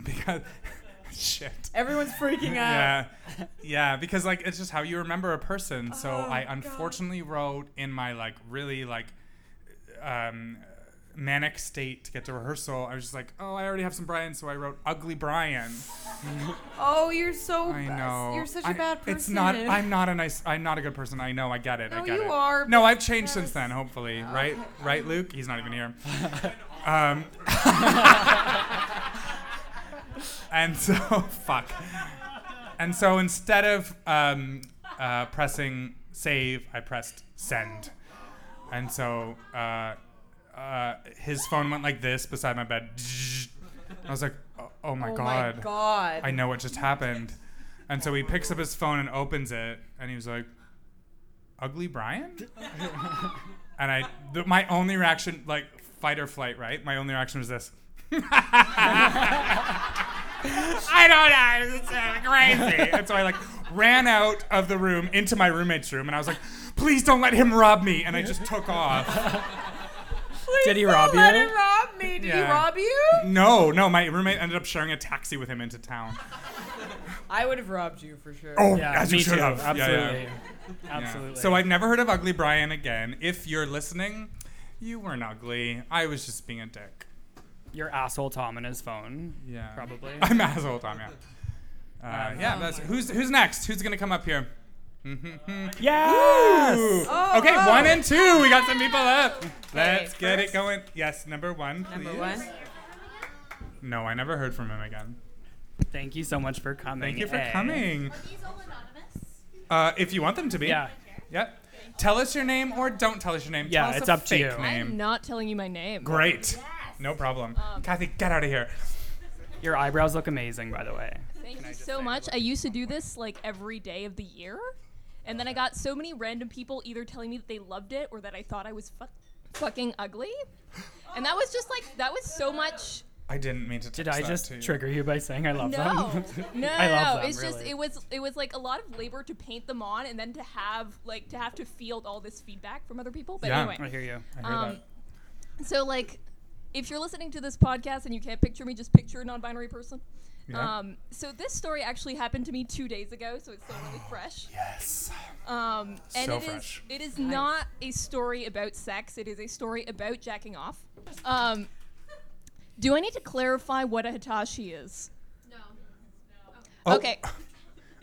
because shit. Everyone's freaking out. Oh, Yeah, yeah, because like it's just how you remember a person. So I God. unfortunately wrote in my like really like um, manic state to get to rehearsal. I was just like, oh, I already have some Brian, so I wrote ugly Brian. Oh, you're so. I bas- know You're such a a bad person. It's not. I'm not a nice. I'm not a good person. I know. I get it. I No, get you it. are, No, but I've changed that since was- then. Hopefully, right? Right, Luke. He's not even here. um, and so fuck. And so instead of um, uh, pressing save, I pressed send. And so uh, uh, his phone went like this beside my bed. I was like, oh, oh my oh god. my god. I know what just happened. And so he picks up his phone and opens it, and he was like, Ugly Brian? and I, th- my only reaction, like fight or flight, right? My only reaction was this. I don't know. It's uh, crazy. and so I like ran out of the room into my roommate's room, and I was like, please don't let him rob me. And I just took off. Did he rob Let him you? rob me. Did he Yeah. rob you? No, no, my roommate ended up sharing a taxi with him into town. I would have robbed you for sure. Oh, Yeah, as you me should too. have. Yeah, yeah. Absolutely. Yeah. Absolutely. So I've never heard of Ugly Brian again. If you're listening, you weren't ugly. I was just being a dick. your asshole Tom and his phone, Yeah. probably. Um, I'm asshole Tom, yeah. Uh-huh. Uh, Oh yeah, that's who's who's next? Who's gonna come up here? yes. Ooh. Oh, okay, oh. one and two. We got some people up. Let's Okay, get it first- going. Yes, number one. Please. Number one. No, I never heard from him again. Thank you so much for coming. Thank you for A. coming. Are these all anonymous? Uh, if you want them to be. Yeah. Yep. Tell us your name or don't tell us your name. Yeah, tell us it's a up to fake you. I'm Name. not telling you my name. Great. No problem. Kathy, get out of here. Your eyebrows look amazing, by the way. Thank you so much. I used to do this like every day of the year, and then I got so many random people either telling me that they loved it or that I thought I was fuck fucking ugly, and that was just like that was so much. I didn't mean to. Did text I that just to you. trigger you by saying I love No, them? no, no, I love no. them, it's just really. it was it was like a lot of labor to paint them on, and then to have like to have to field all this feedback from other people. But Yeah. anyway, I hear you. I hear Um, that. So like, if you're listening to this podcast and you can't picture me, just picture a non-binary person. Yeah. Um, so this story actually happened to me two days ago, so it's still really fresh. Yes. Um, and So it is- fresh. it is not a story about sex. It is a story about jacking off. Um, do I need to clarify what a hitachi is? Oh, Okay. Uh,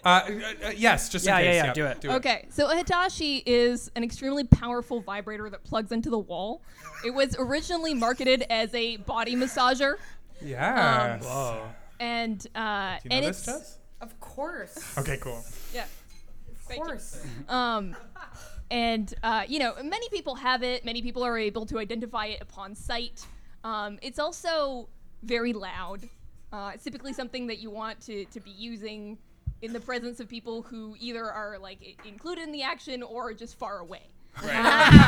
uh, uh, yes, just Yeah, in yeah, case. yeah, yep, do it. Okay, so a Hitachi is an extremely powerful vibrator that plugs into the wall. It was originally marketed as a body massager, Yes. Um, Whoa. and uh, do you and know this, it's Jess? Of course. Okay, cool. yeah. Of course. Um, and uh, you know, many people have it. Many people are able to identify it upon sight. Um, it's also very loud. Uh, it's typically something that you want to, to be using in the presence of people who either are like i- included in the action or are just far away.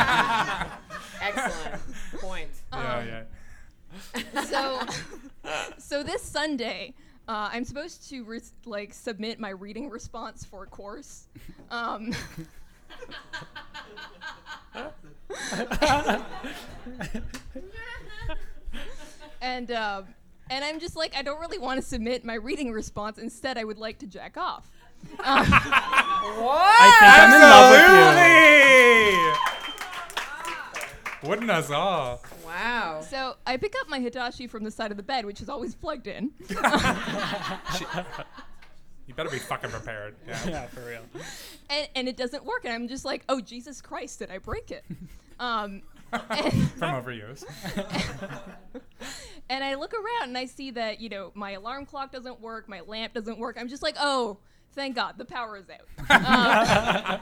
Excellent point. yeah, yeah. Uh, So, Oh. so this Sunday, uh, I'm supposed to re- like submit my reading response for a course. Um, and um, and I'm just like I don't really want to submit my reading response. Instead, I would like to jack off. Um, I think I'm in love with you. Absolutely. Wouldn't us all? Wow. So I pick up my Hitachi from the side of the bed, which is always plugged in. You better be fucking prepared. Yeah. Yeah, for real. and, and it doesn't work. And I'm just like, oh, Jesus Christ, did I break it? um, and, From overuse. and I look around and I see that, you know, my alarm clock doesn't work, my lamp doesn't work. I'm just like, oh, thank God, the power is out. Um,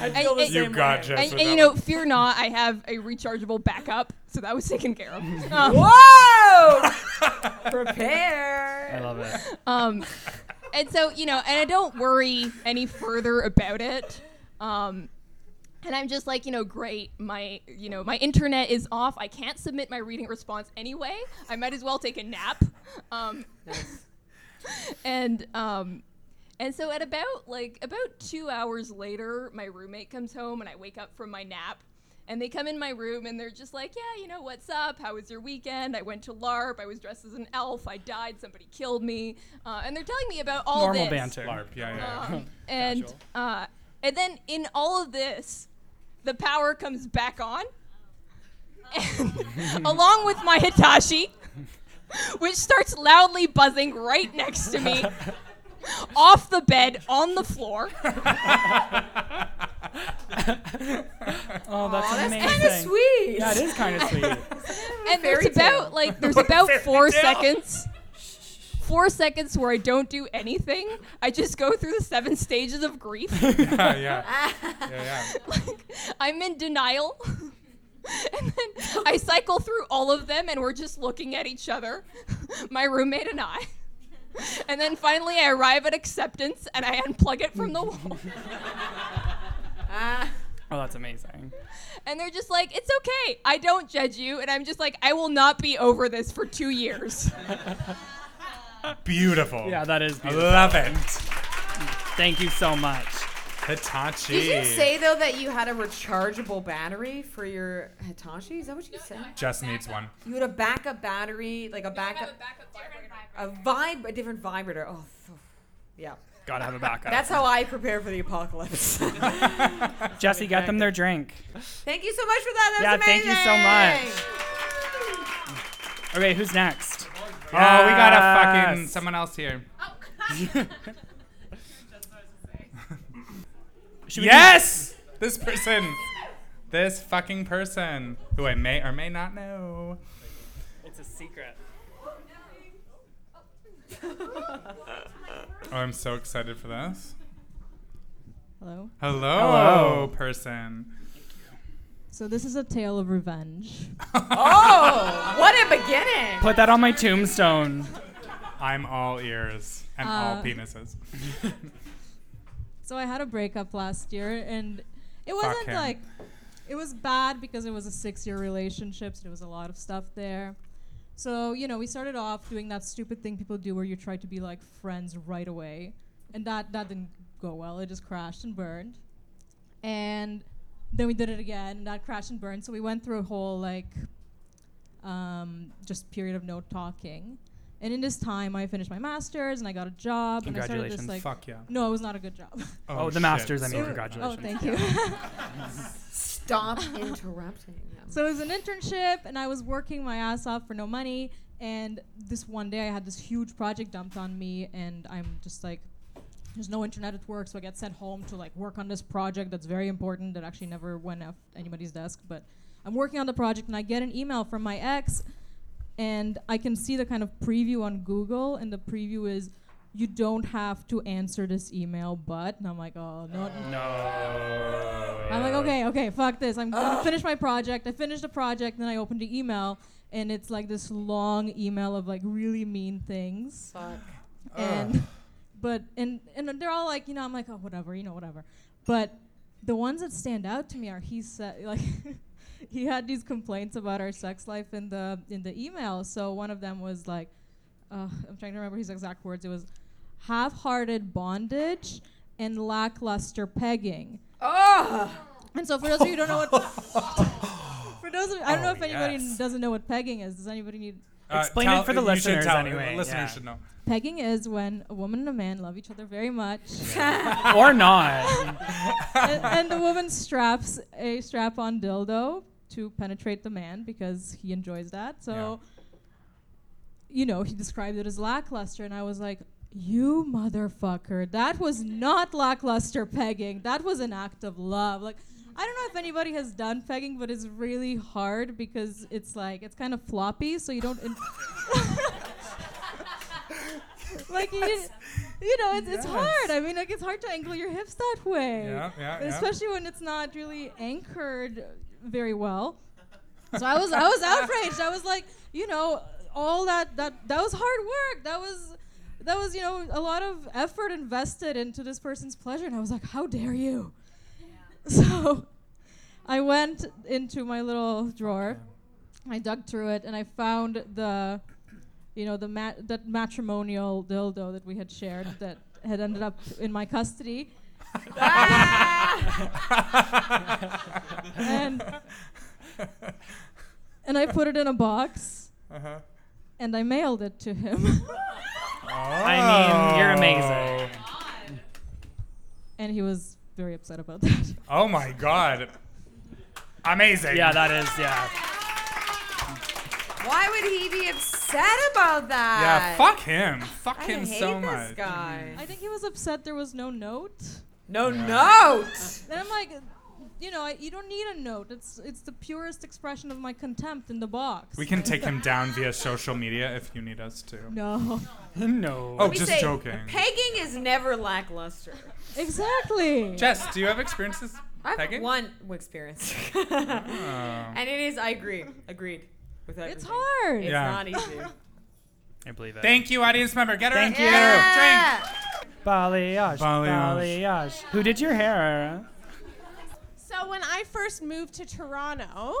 I feel the and- same You got way. Jess. with and, and, you that know, one. fear not, I have a rechargeable backup, so that was taken care of. Um, Whoa! Prepare. I love it. um, and so you know, and I don't worry any further about it. Um, and I'm just like, you know, great. My, you know, my internet is off. I can't submit my reading response anyway. I might as well take a nap. Um, and um, and so at about like about two hours later, my roommate comes home, and I wake up from my nap. And they come in my room and they're just like, yeah, you know, what's up? How was your weekend? I went to LARP. I was dressed as an elf. I died. Somebody killed me. Uh, and they're telling me about all Normal this Um. banter. LARP. Yeah, yeah. yeah. and uh, and then in all of this, the power comes back on, and along with my Hitachi, which starts loudly buzzing right next to me, off the bed on the floor. Oh, that's amazing. Kind of sweet. Yeah, it is kind of sweet. and there's fairy tale. about like there's about four seconds four seconds where i don't do anything i just go through the seven stages of grief yeah, yeah. yeah, yeah. like i'm in denial and then i cycle through all of them and we're just looking at each other my roommate and i and then finally i arrive at acceptance and i unplug it from the wall Ah, Oh, that's amazing. and they're just like it's okay i don't judge you and i'm just like i will not be over this for two years Beautiful. Yeah, that is I beautiful. love it. Thank you so much. Hitachi. Did you say though that you had a rechargeable battery for your Hitachi? Is that what you said? Just needs one. You had a backup battery, like a backup, a vibe, a different vibrator. Oh, f- yeah. Gotta have a backup. That's how I prepare for the apocalypse. Jesse got them their drink. Thank you so much for that. yeah, That was thank you amazing. so much. Okay, who's next? Oh, we got a fucking Yes. someone else here. Oh, Should we do- Yes! This person. This fucking person who I may or may not know. It's a secret. Oh, I'm so excited for this. Hello. Hello, Hello. person. So this is a tale of revenge. Oh, what a beginning! Put that on my tombstone. I'm all ears and all Uh, penises. So I had a breakup last year, and it Fuck wasn't him. like it was bad because it was a six-year relationship, so there was a lot of stuff there. So you know, we started off doing that stupid thing people do where you try to be like friends right away, and that that didn't go well. It just crashed and burned, and then we did it again, and that crashed and burned. So we went through a whole like um, just period of no talking. And in this time, I finished my master's and I got a job. And I started this, Congratulations. like, Fuck yeah. No, it was not a good job. Oh, the masters, I mean, So- congratulations. Oh, thank you. Stop interrupting them. so it was an internship, and I was working my ass off for no money. And this one day, I had this huge project dumped on me, and I'm just like, there's no internet at work, so I get sent home to like work on this project that's very important that actually never went off anybody's desk. But I'm working on the project, and I get an email from my ex, and I can see the kind of preview on Google, and the preview is. You don't have to answer this email, but and I'm like, oh no, No. I'm like, okay, okay, fuck this. I'm gonna finish my project. I finished the project, then I opened the email, and it's like this long email of like really mean things. Fuck. And but and and they're all like, you know, I'm like, oh, whatever, you know, whatever. But the ones that stand out to me are he said like. He had these complaints about our sex life in the in the email. So one of them was like, uh, I'm trying to remember his exact words. It was half-hearted bondage and lackluster pegging. Oh. And so for those of you who don't know what for those of I don't know Oh, if anybody yes. doesn't know what pegging is. Does anybody need Explain it for the you should listeners tell- anyway, Listeners yeah. should know. pegging is when a woman and a man love each other very much. or not. and, and the woman straps a strap on dildo to penetrate the man because he enjoys that. So, you know, he described it as lackluster, and I was like, you motherfucker, that was not lackluster pegging. That was an act of love. Like, I don't know if anybody has done pegging, but it's really hard because it's like, it's kind of floppy, so you don't. In- like, you, you know, it's, Yes. it's hard. I mean, like, it's hard to angle your hips that way Yeah, yeah, yeah. especially when it's not really anchored very well. So I was I was outraged. I was like, you know, all that that that was hard work. That was that was you know a lot of effort invested into this person's pleasure, and I was like, how dare you? So I went into my little drawer. I dug through it and I found the, you know, the mat- that matrimonial dildo that we had shared that had ended up in my custody. and and I put it in a box Uh-huh. and I mailed it to him. I mean, Oh. you're amazing. and he was very upset about that. Oh my god. Amazing. Yeah, that is, yeah. Why would he be upset about Yeah, that? fuck him. Fuck I him hate so this much. guy. I think he was upset there was no note. No Yeah. note. Then I'm like, you know, I, you don't need a note. It's it's the purest expression of my contempt in the box. We can take him down via social media if you need us to. no. no. Oh, Let me just say, joking. Pegging is never lackluster. Exactly. Jess, do you have experiences I've pegging? Ah. one experience, and it is. I agree. Agreed. With It's everything. hard. It's Yeah. not easy. I believe it. Thank you, audience member. Get her Thank a you. drink. Balayage. Balayage. Balayage. Who did your hair? So when I first moved to Toronto,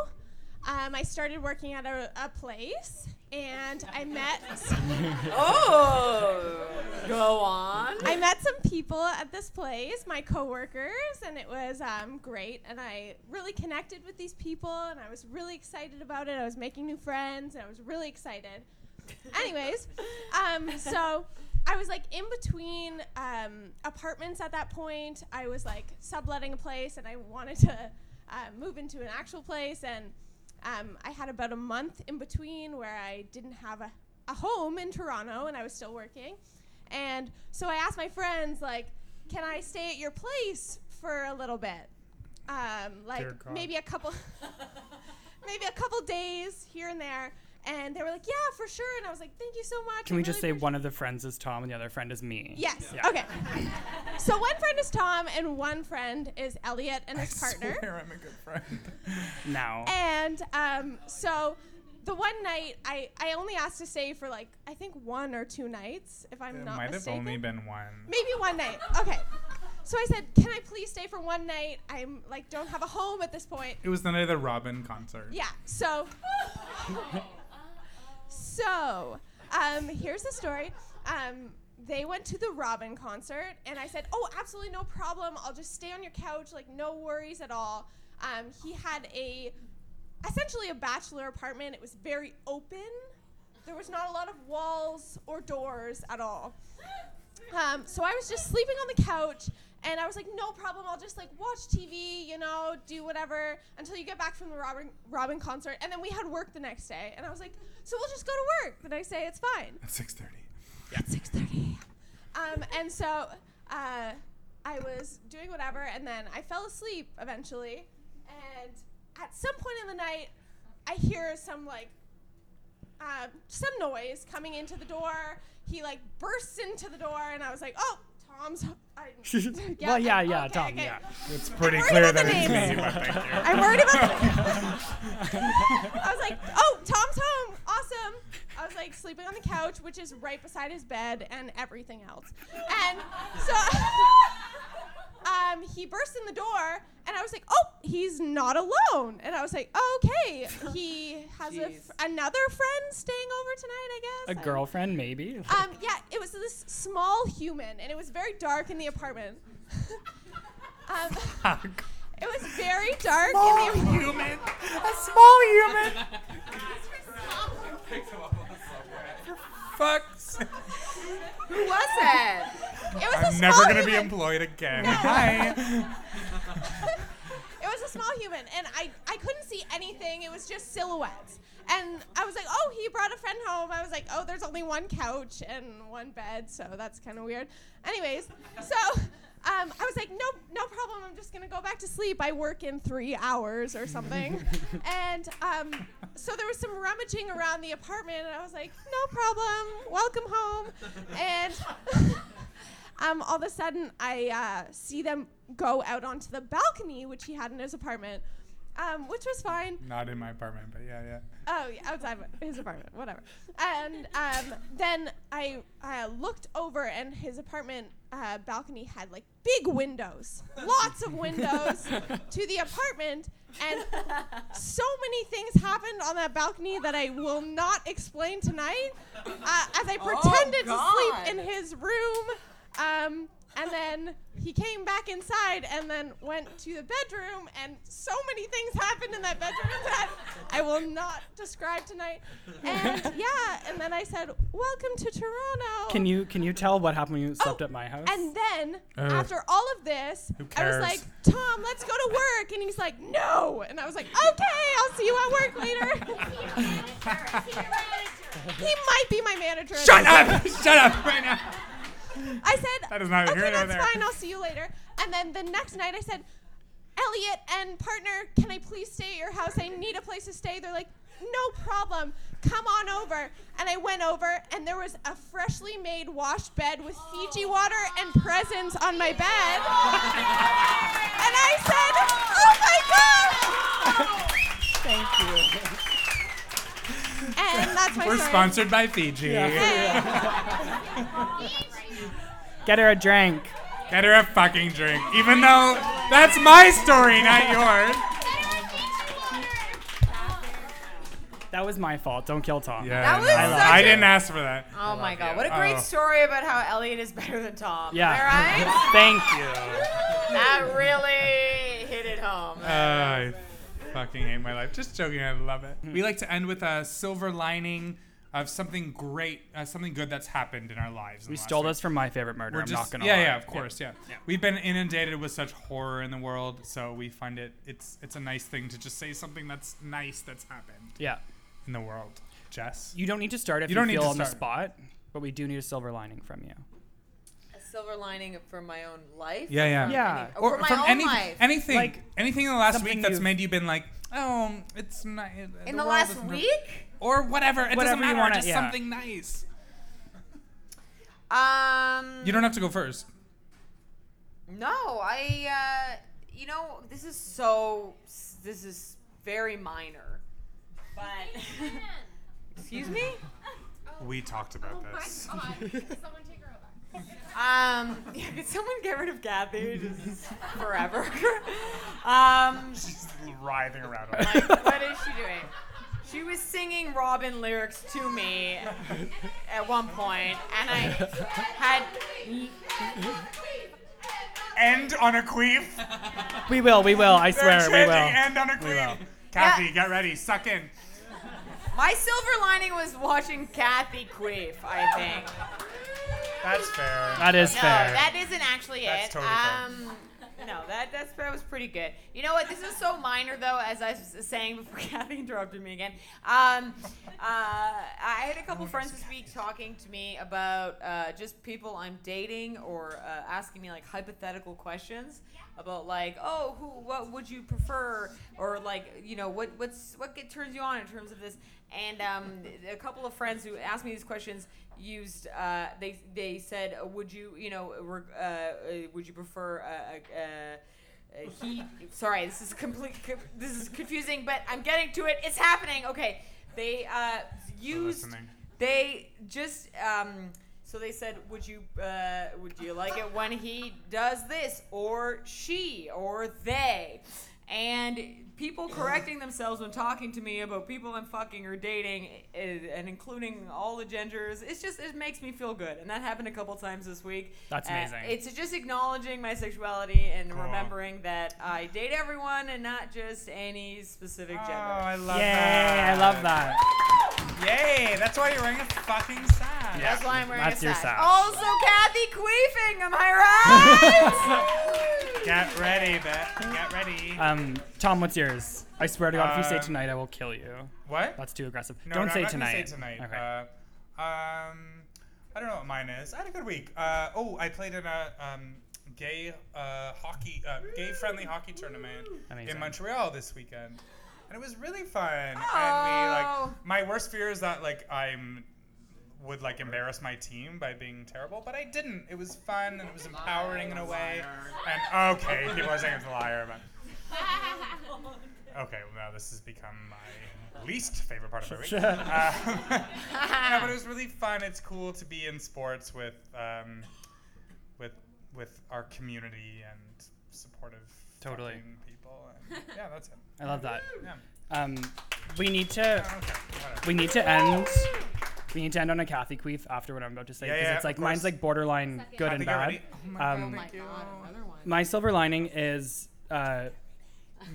um, I started working at a, a place, and I met. Oh. Go on. I met some people at this place, my coworkers, and it was um, great. And I really connected with these people, and I was really excited about it. I was making new friends, and I was really excited. Anyways, um, so I was like in between um, apartments at that point. I was like subletting a place, and I wanted to uh, move into an actual place. And um, I had about a month in between where I didn't have a, a home in Toronto, and I was still working. And so I asked my friends, like, can I stay at your place for a little bit? Um, like Dear God. maybe a couple, maybe a couple days here and there. And they were like, yeah, for sure. And I was like, thank you so much. Can I we really just say one of the friends is Tom and the other friend is me? Yes. Yeah. Okay. So one friend is Tom, and one friend is Elliot and his partner. Swear I'm a good friend. Now. And um, so the one night, I, I only asked to stay for like, I think one or two nights, if I'm It not might mistaken. have only been one. Maybe one night. Okay. So I said, can I please stay for one night? I'm like, don't have a home at this point. It was the night of the Robin concert. Yeah. So. so, um, here's the story. Um, they went to the Robin concert, and I said, "Oh, absolutely no problem. I'll just stay on your couch, like no worries at all." Um, he had a, essentially a bachelor apartment. It was very open. There was not a lot of walls or doors at all. Um, so I was just sleeping on the couch, and I was like, no problem. I'll just like watch TV, you know, do whatever until you get back from the Robin Robin concert. And then we had work the next day, and I was like, so we'll just go to work the next day. It's fine. At 6:30. Um, and so uh, I was doing whatever, and then I fell asleep eventually. And at some point in the night, I hear some like um, some noise coming into the door. He like bursts into the door, and I was like, "Oh, Tom's." I, well, yeah, I- yeah, okay, Tom, okay. yeah. It's pretty worried clear about the that it's names. me, but thank you. I'm worried about. I was like, "Oh, Tom's home, awesome." I was like sleeping on the couch, which is right beside his bed and everything else, and so. Um, he burst in the door, and I was like, "Oh, he's not alone." And I was like, "Okay, he has a f- another friend staying over tonight, I guess." A girlfriend, maybe? Oh. Um, yeah, it was this small human, and it was very dark in the apartment. um, it was very dark in the Small human. A small human. Fucks. Who was it? It was a I'm small never gonna be human. employed again. No. Hi. It was a small human, and I, I couldn't see anything. It was just silhouettes. And I was like, oh, he brought a friend home. I was like, oh, there's only one couch and one bed, so that's kind of weird. Anyways, so um, I was like, no, no problem. I'm just gonna go back to sleep. I work in three hours or something. and um, so there was some rummaging around the apartment, and I was like, no problem. Welcome home. And um, all of a sudden I uh, see them go out onto the balcony, which he had in his apartment, um, which was fine. Not in my apartment, but yeah, yeah. Oh, yeah, outside of his apartment, whatever. And um, then I uh, looked over, and his apartment uh, balcony had like big windows, lots of windows to the apartment, and so many things happened on that balcony that I will not explain tonight. Uh, as I Oh, pretended to God. sleep in his room, um, and then he came back inside, and then went to the bedroom, and so many things happened in that bedroom that. I will not describe tonight. And yeah, and then I said, "Welcome to Toronto." Can you can you tell what happened when you Oh, slept at my house? And then Ugh. after all of this, Who I was cares? like, "Tom, let's go to work," and he's like, "No," and I was like, "Okay, I'll see you at work later." he might be my manager. at Shut this up! point. Shut up right now. I said, That is neither okay, here nor that's there." fine. I'll see you later. And then the next night, I said, Elliot and partner, can I please stay at your house? I need a place to stay. They're like, no problem. Come on over. And I went over, and there was a freshly made wash bed with Fiji water and presents on my bed. and I said, oh my gosh! Thank you. And that's my We're story. sponsored by Fiji. Get her a drink. Get her a fucking drink. Even though that's my story, not yours. That was my fault. Don't kill Tom. Yeah, That was I, such I a- didn't ask for that. Oh my god, what a Oh. great story about how Elliot is better than Tom. Yeah. All right? Thank you. that really hit it home. I fucking hate my life. Just joking. I love it. We like to end with a silver lining of something great, uh, something good that's happened in our lives. in We the last stole week. this from my favorite murder. We're I'm just- not gonna yeah, lie. yeah, of course, yeah. We've been inundated with such horror in the world, so we find it it's it's a nice thing to just say something that's nice that's happened Yeah. in the world. Jess, You don't need to start if You you, don't need feel to on the start. spot, but we do need a silver lining from you. A silver lining for my own life? Yeah, yeah, From Yeah. any- or, for my own any- life. anything, anything in the last something week that's you've- made you been like, oh, it's not it- In the world last isn't- week? or whatever. It doesn't Whatever you matter. wanna- just yeah. something nice. Um, You don't have to go first. No, I. Uh, you know, this is so. This is very minor. But. Excuse me. We talked about Oh this. Someone take her over. Um, yeah, could someone get rid of Kathy just forever? um, She's writhing around. like, what is she doing? She was singing Robin lyrics to me at one point, and I had. End on a queef. We will, we will. I They're swear, we chanting will. End on a queef. Kathy, get ready. Suck in. My silver lining was watching Kathy queef. I think. That's fair. That is no, fair. that isn't actually That's it. totally fair. um, no, that that's that was pretty good. You know what? This is so minor though, as I was saying before Kathy interrupted me again. Um, uh, I had a couple friends this week talking to me about uh, just people I'm dating or uh, asking me like hypothetical questions about like, oh, who, what would you prefer, or like, you know, what what's what get, turns you on in terms of this. And um, a couple of friends who asked me these questions used uh, they they said uh, would you you know reg- uh, uh, would you prefer a, a, a, a he sorry this is complete co- this is confusing but I'm getting to it it's happening okay they uh, used listening. they just um, so they said would you uh, would you like it when he does this or she or they and people correcting themselves when talking to me about people I'm fucking or dating i- and including all the genders it's just it makes me feel good and that happened a couple times this week That's Uh, amazing. it's just acknowledging my sexuality and Cool. remembering that I date everyone and not just any specific gender Oh, I love Yay, that. I love that. Yay! That's why you're wearing a fucking sash. That's why I'm wearing That's a your sash. sash. Also, Kathy queefing. Am I right? Get ready, Beth. Get ready. Um, Tom, what's yours? I swear to God, if you Uh, say tonight, I will kill you. What? That's too aggressive. No, Don't no, say I'm not gonna tonight. Say tonight. Okay. Uh, um, I don't know what mine is. I had a good week. Uh, oh, I played in a um, gay uh, hockey, uh, gay-friendly hockey tournament in Amazing. Montreal this weekend, and it was really fun. And we Oh. like my worst fear is that like I'm would like embarrass my team by being terrible, but I didn't. It was fun and it was empowering in a way. And okay, people are saying it's a liar, but. Okay, well, now this has become my least favorite part of my week. Sure. Um, no, but it was really fun. It's cool to be in sports with um, with with our community and supportive Totally. fucking people. And yeah, that's it. I love that. Yeah. Oh, Um, we need to whatever. we need to end we need to end on a Kathy queef after what I'm about to say Yeah, because yeah, it's like of course. mine's like borderline good Kathy, and get bad. ready. Oh my um, God, another one. my silver lining is uh,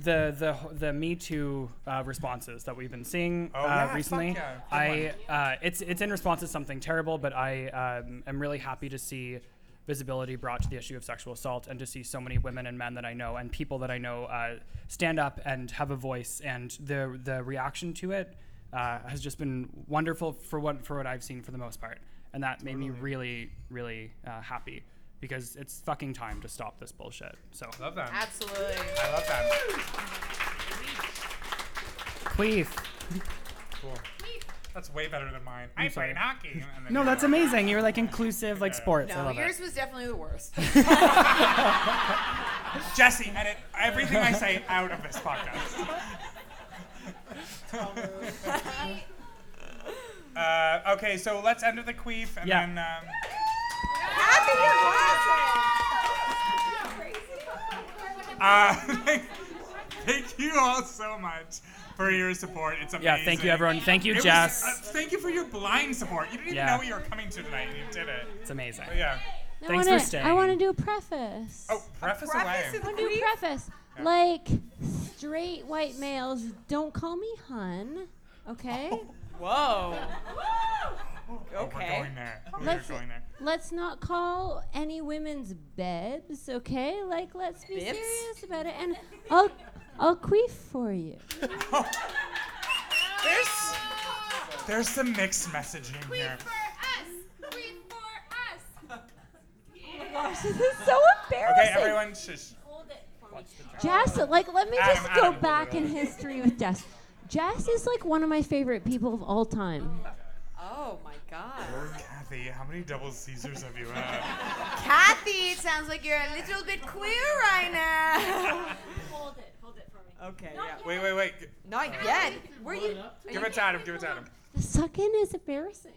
the the the Me Too uh, responses that we've been seeing Oh, uh, yeah, fuck recently. yeah. Good I uh, it's it's in response to something terrible, but I um, am really happy to see visibility brought to the issue of sexual assault and to see so many women and men that I know and people that I know uh, stand up and have a voice and the the reaction to it uh, has just been wonderful for what for what I've seen for the most part, and that made me really really uh, happy because it's fucking time to stop this bullshit. So Love that. Absolutely. I love that. queef. Cool. That's way better than mine. i I'm played sorry. hockey. and then No, you're that's like- amazing. You're like inclusive, like sports. I No, love yours it. was definitely the worst. Jesse, edit everything I say out of this podcast. uh, okay, so let's end with a queef and Yeah. then. Um, Happy uh, thank you all so much for your support. It's amazing. Yeah, thank you, everyone. Thank you, It was- Jess. uh, thank you for your blind support. You didn't even Yeah. know what you were coming to tonight, and you did it. It's amazing. But yeah. I Thanks wanna, for staying. I want to do a preface. Oh, preface A preface away. to the I want to do queef? a preface. Like, straight white males, don't call me hun, okay? Whoa. Oh, we're going there. We are Let's- going there. Let's not call any women's bebs, okay? Like, let's be Bibs? serious about it. And I'll, I'll queef for you. There's, there's some mixed messaging here. us. Queen for us. Oh my gosh, this is so Okay, embarrassing. everyone, shush. Jess, like, let me Adam, just Adam, go hold it, back hold in history with Jess. Jess is like one of my favorite people of all time. Oh my god. Kathy, how many double Caesars have you had? Kathy, it sounds like you're a little bit queer right now. Hold it. Hold it for me. Okay. Wait, wait, wait. Not Uh, yet. Were you? Give it to Adam. Give it to Adam. The sucking is embarrassing.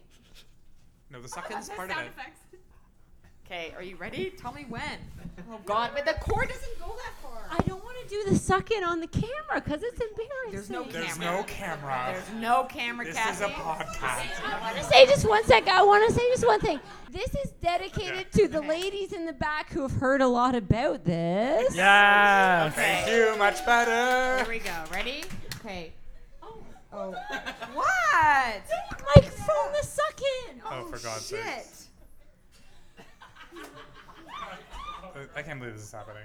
No, the suckin's part of it. Okay, are you ready? Tell me when. Oh God, but the cord doesn't go that far. I don't want to do the sucking on the camera because it's embarrassing. There's no There's no camera. There's no camera, This is Kathy. a podcast. I want to say just one sec. I want to say just one thing. This is dedicated to the ladies in the back who have heard a lot about this. Yes. Thank you. Much better. Here we go. Ready? Okay. Oh. What? Microphone the sucking. Oh, for God's shit. sake. I can't believe this is happening.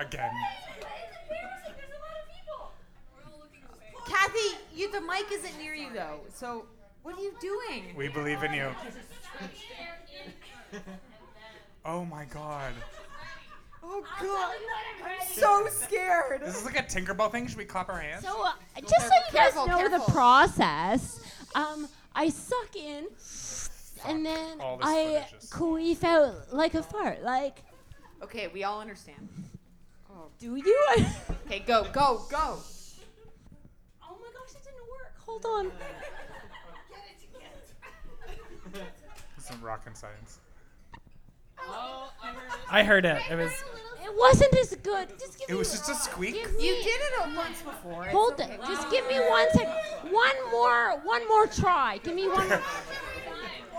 Again. Kathy, you, the mic isn't near you though. So what are you doing? We believe in you. Oh my God. Oh I'll God. tell you when I'm ready. So scared. This is like a Tinkerbell thing. Should we clap our hands? So uh, just so you guys Careful, know the careful. process, um, I suck in, and then all this I queef out like a fart. Like, Okay, we all understand. Oh. do you? Okay, go, go, go. Oh my gosh, it didn't work. Hold on. Some rockin' science. I heard it. It was. It wasn't as good. Just give It me was just a squeak. Give You me- did it uh, once before. It's Hold okay. it. Just give me one sec. One more. One more try. Give me one.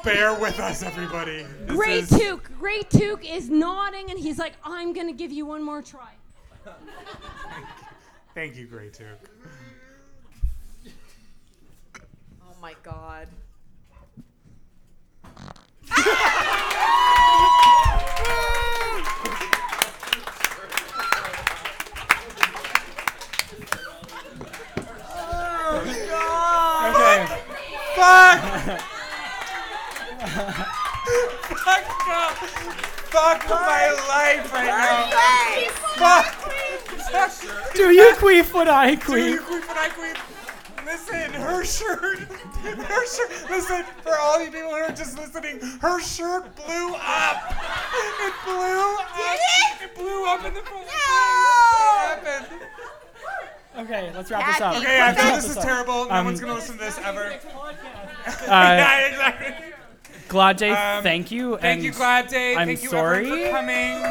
Bear with us, everybody. This Gray is- Took. Gray Took is nodding, and he's like, "I'm gonna give you one more try." Oh, Thank you, Gray Took. Oh my god. Okay. Fuck! Fuck, fuck, fuck my life right now. Fuck. Fuck. Do you queef what I Do you queef? queef and I queef? Listen, her shirt, her shirt. Listen, for all you people who are just listening, her shirt blew up. It blew up. Did it? blew up in the fucking What happened? Okay, let's wrap this up. Okay, I Let's wrap know this is up. terrible. No Um, one's gonna listen to this ever. Uh, yeah, exactly. Um, Glad thank you. Thank you, and Glad Day. I'm thank you sorry. everyone for coming. Oh,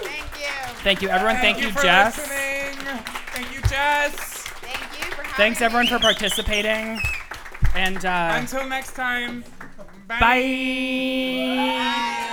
thank you. Thank you, everyone. Thank, you, you, for Jess. listening. Thank you, Jess. Thank you for having Thanks, everyone, for participating. And uh, Until next time. bye.